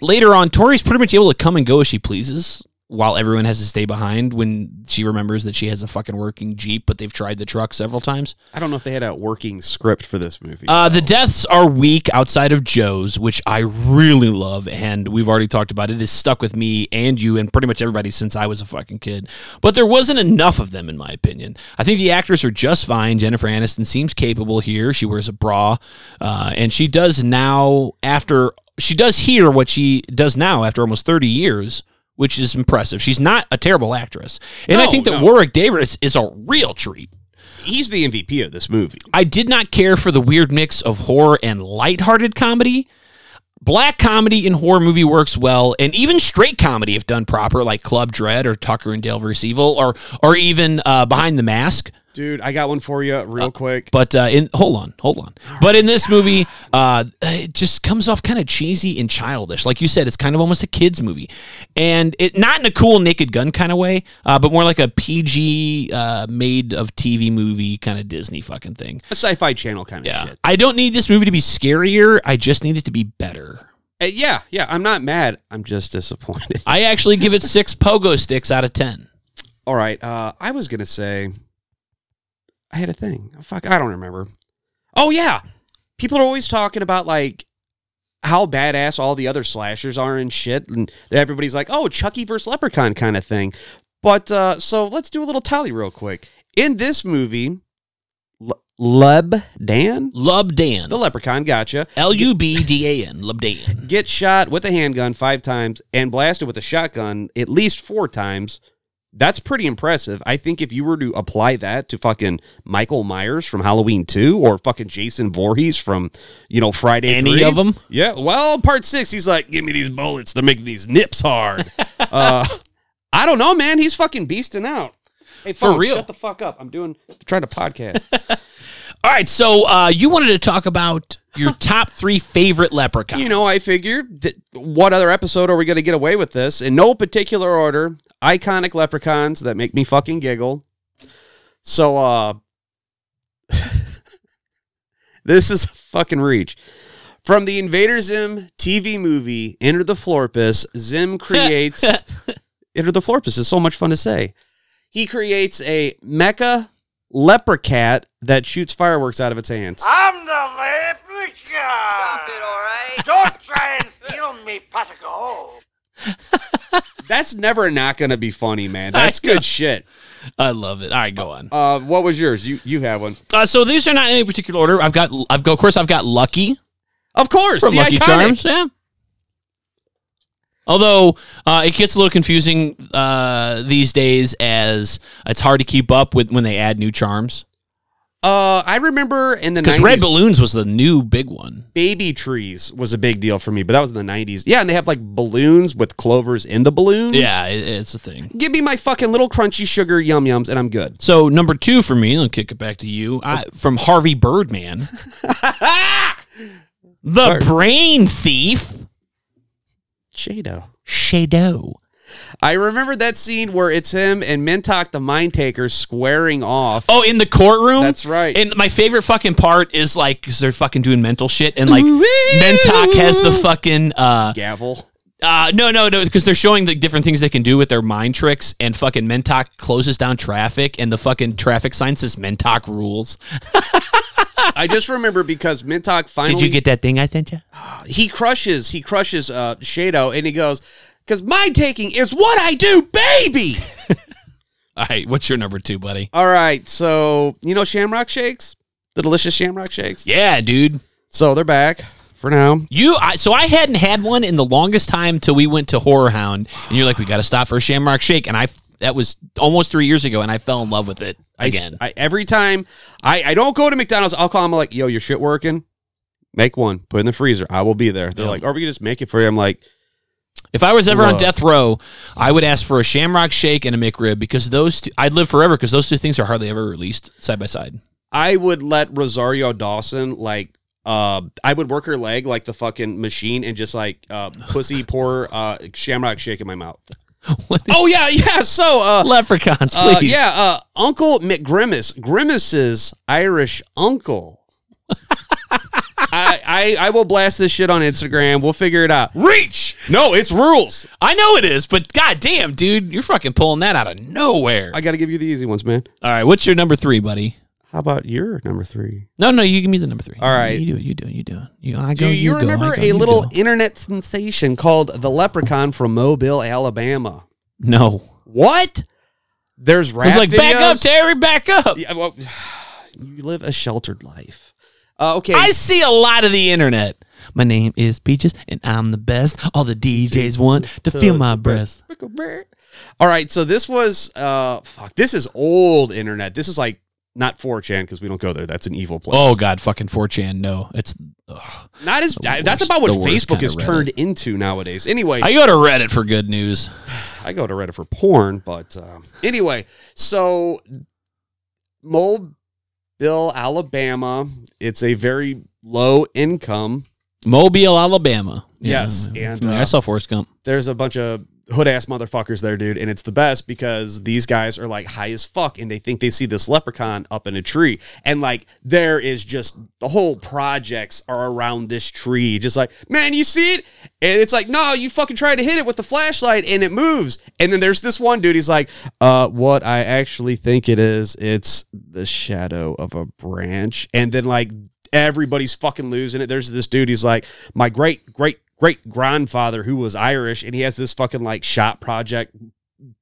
[SPEAKER 1] later on, Tori's pretty much able to come and go as she pleases. While everyone has to stay behind when she remembers that she has a fucking working Jeep, but they've tried the truck several times.
[SPEAKER 2] I don't know if they had a working script for this movie.
[SPEAKER 1] Uh, the deaths are weak outside of Joe's, which I really love, and we've already talked about it. It's stuck with me and you and pretty much everybody since I was a fucking kid. But there wasn't enough of them, in my opinion. I think the actors are just fine. Jennifer Aniston seems capable here. She wears a bra, uh, and she does now after she does hear what she does now after almost thirty years. Which is impressive. She's not a terrible actress, and I
[SPEAKER 2] No,
[SPEAKER 1] think that
[SPEAKER 2] no.
[SPEAKER 1] Warwick Davis is a real treat.
[SPEAKER 2] He's the MVP of this movie.
[SPEAKER 1] I did not care for the weird mix of horror and lighthearted comedy. Black comedy in horror movie works well, and even straight comedy, if done proper, like Club Dread or Tucker and Dale vs. Evil, or or even uh, Behind the Mask.
[SPEAKER 2] Dude, I got one for you real quick.
[SPEAKER 1] But uh, in hold on, hold on. But in this movie, uh, it just comes off kind of cheesy and childish. Like you said, it's kind of almost a kids movie, and it not in a cool Naked Gun kind of way, uh, but more like a PG uh, made of TV movie kind of Disney fucking thing.
[SPEAKER 2] A sci-fi channel kind of
[SPEAKER 1] Yeah.
[SPEAKER 2] shit.
[SPEAKER 1] I don't need this movie to be scarier. I just need it to be better.
[SPEAKER 2] Uh, yeah, yeah. I'm not mad. I'm just disappointed.
[SPEAKER 1] I actually give it six pogo sticks out of 10.
[SPEAKER 2] All right. Uh, I was gonna say, I had a thing. Oh, fuck, I don't remember. Oh yeah, people are always talking about like how badass all the other slashers are and shit, and everybody's like, oh, Chucky versus Leprechaun kind of thing. But uh, so let's do a little tally real quick. In this movie, L- Leb Dan,
[SPEAKER 1] Lub Dan.
[SPEAKER 2] the Leprechaun, gotcha,
[SPEAKER 1] L U B D A N. Lub Dan.
[SPEAKER 2] gets shot with a handgun five times and blasted with a shotgun at least four times. That's pretty impressive. I think if you were to apply that to fucking Michael Myers from Halloween 2 or fucking Jason Voorhees from, you know, Friday.
[SPEAKER 1] Any
[SPEAKER 2] 3,
[SPEAKER 1] of 'em?
[SPEAKER 2] Yeah. Well, part six, he's like, give me these bullets. They're making these nips hard. uh, I don't know, man. He's fucking beasting out. Hey,
[SPEAKER 1] For
[SPEAKER 2] phone,
[SPEAKER 1] real.
[SPEAKER 2] Shut the fuck up. I'm doing, trying to podcast.
[SPEAKER 1] All right. So uh, you wanted to talk about your top three favorite leprechauns.
[SPEAKER 2] You know, I figured that what other episode are we going to get away with this? In no particular order, iconic leprechauns that make me fucking giggle. So, uh, this is a fucking reach. From the Invader Zim TV movie, Enter the Florpus, Zim creates. Enter the Florpus is so much fun to say. He creates a mecha leprechaun that shoots fireworks out of its hands.
[SPEAKER 1] Ah.
[SPEAKER 4] I'm the leprechaun. Stop it, all right? Don't try and steal me pot of gold.
[SPEAKER 2] That's never not going to be funny, man. That's
[SPEAKER 1] I know.
[SPEAKER 2] good shit.
[SPEAKER 1] I love it. All right, go on.
[SPEAKER 2] Uh, what was yours? You you have one.
[SPEAKER 1] Uh, so these are not in any particular order. I've got, I've got, of course, I've got Lucky
[SPEAKER 2] Of course,
[SPEAKER 1] from
[SPEAKER 2] the
[SPEAKER 1] Lucky
[SPEAKER 2] iconic.
[SPEAKER 1] Charms. Yeah. Although uh, it gets a little confusing uh, these days, as it's hard to keep up with when they add new charms.
[SPEAKER 2] Uh, I remember in the
[SPEAKER 1] Because
[SPEAKER 2] 90s,
[SPEAKER 1] Red Balloons was the new big one.
[SPEAKER 2] baby trees was a big deal for me, but that was in the nineties. Yeah, and they have like balloons with clovers in the balloons.
[SPEAKER 1] Yeah, it, it's a thing.
[SPEAKER 2] Give me my fucking little crunchy sugar yum yums, and I'm good.
[SPEAKER 1] So number two for me, I'll kick it back to you. I, from Harvey Birdman, the Brain Thief,
[SPEAKER 2] Shado.
[SPEAKER 1] Shadow.
[SPEAKER 2] I remember that scene where it's him and Mintok the Mind Taker squaring off.
[SPEAKER 1] Oh, in the courtroom.
[SPEAKER 2] That's right.
[SPEAKER 1] And my favorite fucking part is like, because they're fucking doing mental shit, and like Mentok has the fucking uh,
[SPEAKER 2] Gavel.
[SPEAKER 1] Uh, no, no, no, because they're showing the different things they can do with their mind tricks, and fucking Mentok closes down traffic, and the fucking traffic sign says Mentok rules.
[SPEAKER 2] I just remember because Mintok finally
[SPEAKER 1] Did you get that thing I sent you?
[SPEAKER 2] he crushes he crushes uh Shado and he goes, Cause mind taking is what I do, baby.
[SPEAKER 1] All right, what's your number two, buddy?
[SPEAKER 2] All right, so you know Shamrock Shakes, the delicious Shamrock Shakes.
[SPEAKER 1] Yeah, dude.
[SPEAKER 2] So they're back for now.
[SPEAKER 1] You I, so I hadn't had one in the longest time till we went to Horror Hound, and you're like, we got to stop for a Shamrock Shake, and I that was almost three years ago, and I fell in love with it
[SPEAKER 2] I s-
[SPEAKER 1] again.
[SPEAKER 2] I, every time I, I don't go to McDonald's, I'll call them like, yo, your shit working. Make one, put it in the freezer. I will be there. They're
[SPEAKER 1] Yeah.
[SPEAKER 2] like, or we can just make it for you. I'm like,
[SPEAKER 1] If I was ever on death row, I would ask for a shamrock shake and a McRib because those two, I'd live forever because those two things are hardly ever released side by side.
[SPEAKER 2] I would let Rosario Dawson like uh, I would work her leg like the fucking machine and just like uh, pussy pour uh, shamrock shake in my mouth.
[SPEAKER 1] What is-
[SPEAKER 2] Oh yeah, yeah. So uh,
[SPEAKER 1] Leprechauns, please.
[SPEAKER 2] uh yeah, uh, Uncle McGrimace, Grimace's Irish uncle. I, I I will blast this shit on Instagram. We'll figure it out.
[SPEAKER 1] Reach!
[SPEAKER 2] No, it's rules.
[SPEAKER 1] I know it is, but goddamn, dude, you're fucking pulling that out of nowhere.
[SPEAKER 2] I got to give you the easy ones, man.
[SPEAKER 1] All right, what's your number three, buddy?
[SPEAKER 2] How about your number three?
[SPEAKER 1] No, no, you give me the number three.
[SPEAKER 2] All right.
[SPEAKER 1] You do it, you do it, you do it. You, I
[SPEAKER 2] Do
[SPEAKER 1] go,
[SPEAKER 2] you
[SPEAKER 1] go, I
[SPEAKER 2] remember
[SPEAKER 1] go,
[SPEAKER 2] a
[SPEAKER 1] you
[SPEAKER 2] little
[SPEAKER 1] go.
[SPEAKER 2] internet sensation called the Leprechaun from Mobile, Alabama?
[SPEAKER 1] No.
[SPEAKER 2] What? There's rap
[SPEAKER 1] It's like, back up,
[SPEAKER 2] videos."
[SPEAKER 1] Terry, back up.
[SPEAKER 2] Yeah, well, you live a sheltered life. Uh, okay.
[SPEAKER 1] I see a lot of the internet. My name is Peaches, and I'm the best. All the DJs want to feel my breath.
[SPEAKER 2] All right, so this was uh fuck, this is old internet. This is like not 4chan because we don't go there. That's an evil place.
[SPEAKER 1] Oh God, fucking 4chan. No, it's. ugh.
[SPEAKER 2] Not as
[SPEAKER 1] The
[SPEAKER 2] that's
[SPEAKER 1] worst-
[SPEAKER 2] about what
[SPEAKER 1] the worst
[SPEAKER 2] Facebook
[SPEAKER 1] kinda
[SPEAKER 2] is turned into nowadays. Anyway,
[SPEAKER 1] I go to Reddit for good news.
[SPEAKER 2] I go to Reddit for porn, but um, anyway, so Mobile, Alabama, it's a very low income.
[SPEAKER 1] Mobile, Alabama.
[SPEAKER 2] Yes,
[SPEAKER 1] yeah,
[SPEAKER 2] and,
[SPEAKER 1] I mean, I
[SPEAKER 2] uh,
[SPEAKER 1] saw Forrest Gump.
[SPEAKER 2] There's a bunch of hood ass motherfuckers there, dude, and it's the best because these guys are like high as fuck, and they think they see this leprechaun up in a tree, and like there is just the whole projects are around this tree, just like man, you see it, and it's like no, you fucking try to hit it with the flashlight, and it moves, and then there's this one dude, he's like, uh, what I actually think it is, it's the shadow of a branch, and then like everybody's fucking losing it. There's this dude, he's like, my great, great, great grandfather who was Irish, and he has this fucking like shot project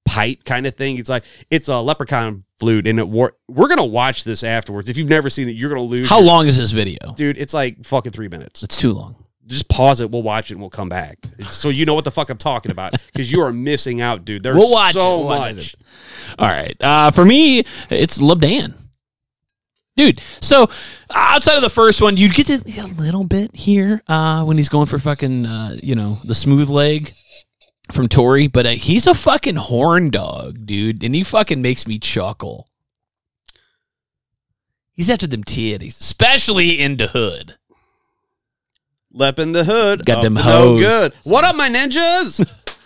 [SPEAKER 2] pipe kind of thing. He's like, it's a leprechaun flute, and it war- we're gonna watch this afterwards. If you've never seen it, you're gonna lose.
[SPEAKER 1] How
[SPEAKER 2] your-
[SPEAKER 1] long is this video?
[SPEAKER 2] Dude, it's like fucking three minutes.
[SPEAKER 1] It's too long.
[SPEAKER 2] Just pause it. We'll watch it and we'll come back. So you know what the fuck I'm talking about because you are missing out, dude. There's
[SPEAKER 1] We'll watch it,
[SPEAKER 2] so
[SPEAKER 1] we'll watch
[SPEAKER 2] much.
[SPEAKER 1] All right. Uh, for me, it's LeBan. Dude, so outside of the first one, you get to a little bit here uh, when he's going for fucking, uh, you know, the smooth leg from Tori, but uh, he's a fucking horn dog, dude, and he fucking makes me chuckle. He's after them titties, especially in the hood.
[SPEAKER 2] Lep in the hood.
[SPEAKER 1] Got
[SPEAKER 2] up
[SPEAKER 1] them
[SPEAKER 2] to no
[SPEAKER 1] hoes.
[SPEAKER 2] good. What up, my ninjas?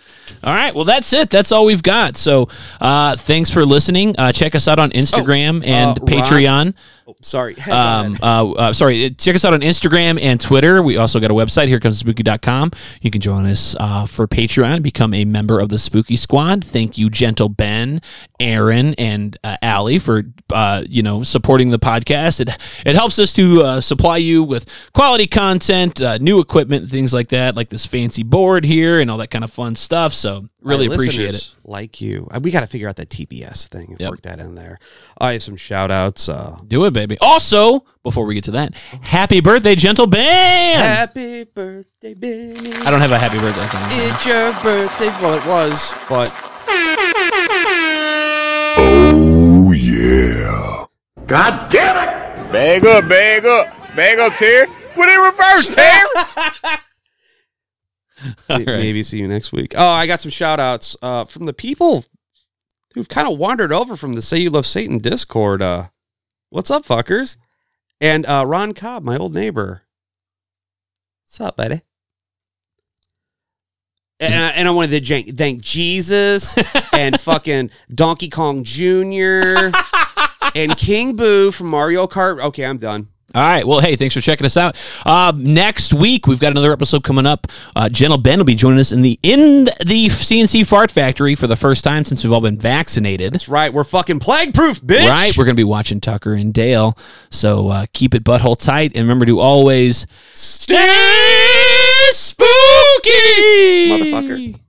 [SPEAKER 1] All right. Well, that's it. That's all we've got. So uh, thanks for listening. Uh, check us out on Instagram and
[SPEAKER 2] uh, Ron-
[SPEAKER 1] Patreon.
[SPEAKER 2] oh, sorry.
[SPEAKER 1] um, uh, uh, sorry, uh, check us out on Instagram and Twitter. We also got a website, here comes spooky.com. You can join us uh, for Patreon, become a member of the Spooky Squad. Thank you, Gentle Ben, Aaron, and uh, Allie for uh, you know supporting the podcast. It it helps us to uh, supply you with quality content, uh, new equipment, things like that, like this fancy board here and all that kind of fun stuff. So really
[SPEAKER 2] My
[SPEAKER 1] appreciate it.
[SPEAKER 2] listeners Like you, Uh, we got to figure out that TBS thing and
[SPEAKER 1] Yep.
[SPEAKER 2] work that in there. I have some shout outs. Uh,
[SPEAKER 1] Do it, baby. Also, befefore we get to that, happy birthday, Gentle Ben.
[SPEAKER 2] happy birthday, Benny!
[SPEAKER 1] I don't have a happy birthday. thing.
[SPEAKER 2] It's your birthday. Well, it was, but
[SPEAKER 5] God damn it!
[SPEAKER 8] Bag up, bag up. Bag up, Terry. Put it in reverse, Terry.
[SPEAKER 1] All
[SPEAKER 2] may-
[SPEAKER 1] right.
[SPEAKER 2] maybe see you next week. Oh, I got some shout outs uh, from the people who've kind of wandered over from the Say You Love Satan Discord. Uh, what's up, fuckers? And uh, Ron Cobb, my old neighbor. What's up, buddy? And, I- and I wanted to jank- thank Jesus and fucking Donkey Kong Jr. and King Boo from Mario Kart. Okay, I'm done.
[SPEAKER 1] All right. Well, hey, thanks for checking us out. Uh, next week we've got another episode coming up. Uh, Gentle Ben will be joining us in the in the CNC Fart Factory for the first time since we've all been vaccinated.
[SPEAKER 2] That's right. We're fucking plague proof, bitch.
[SPEAKER 1] Right. We're gonna be watching Tucker and Dale. So uh, keep it butthole tight and remember to always stay spooky,
[SPEAKER 2] Motherfucker.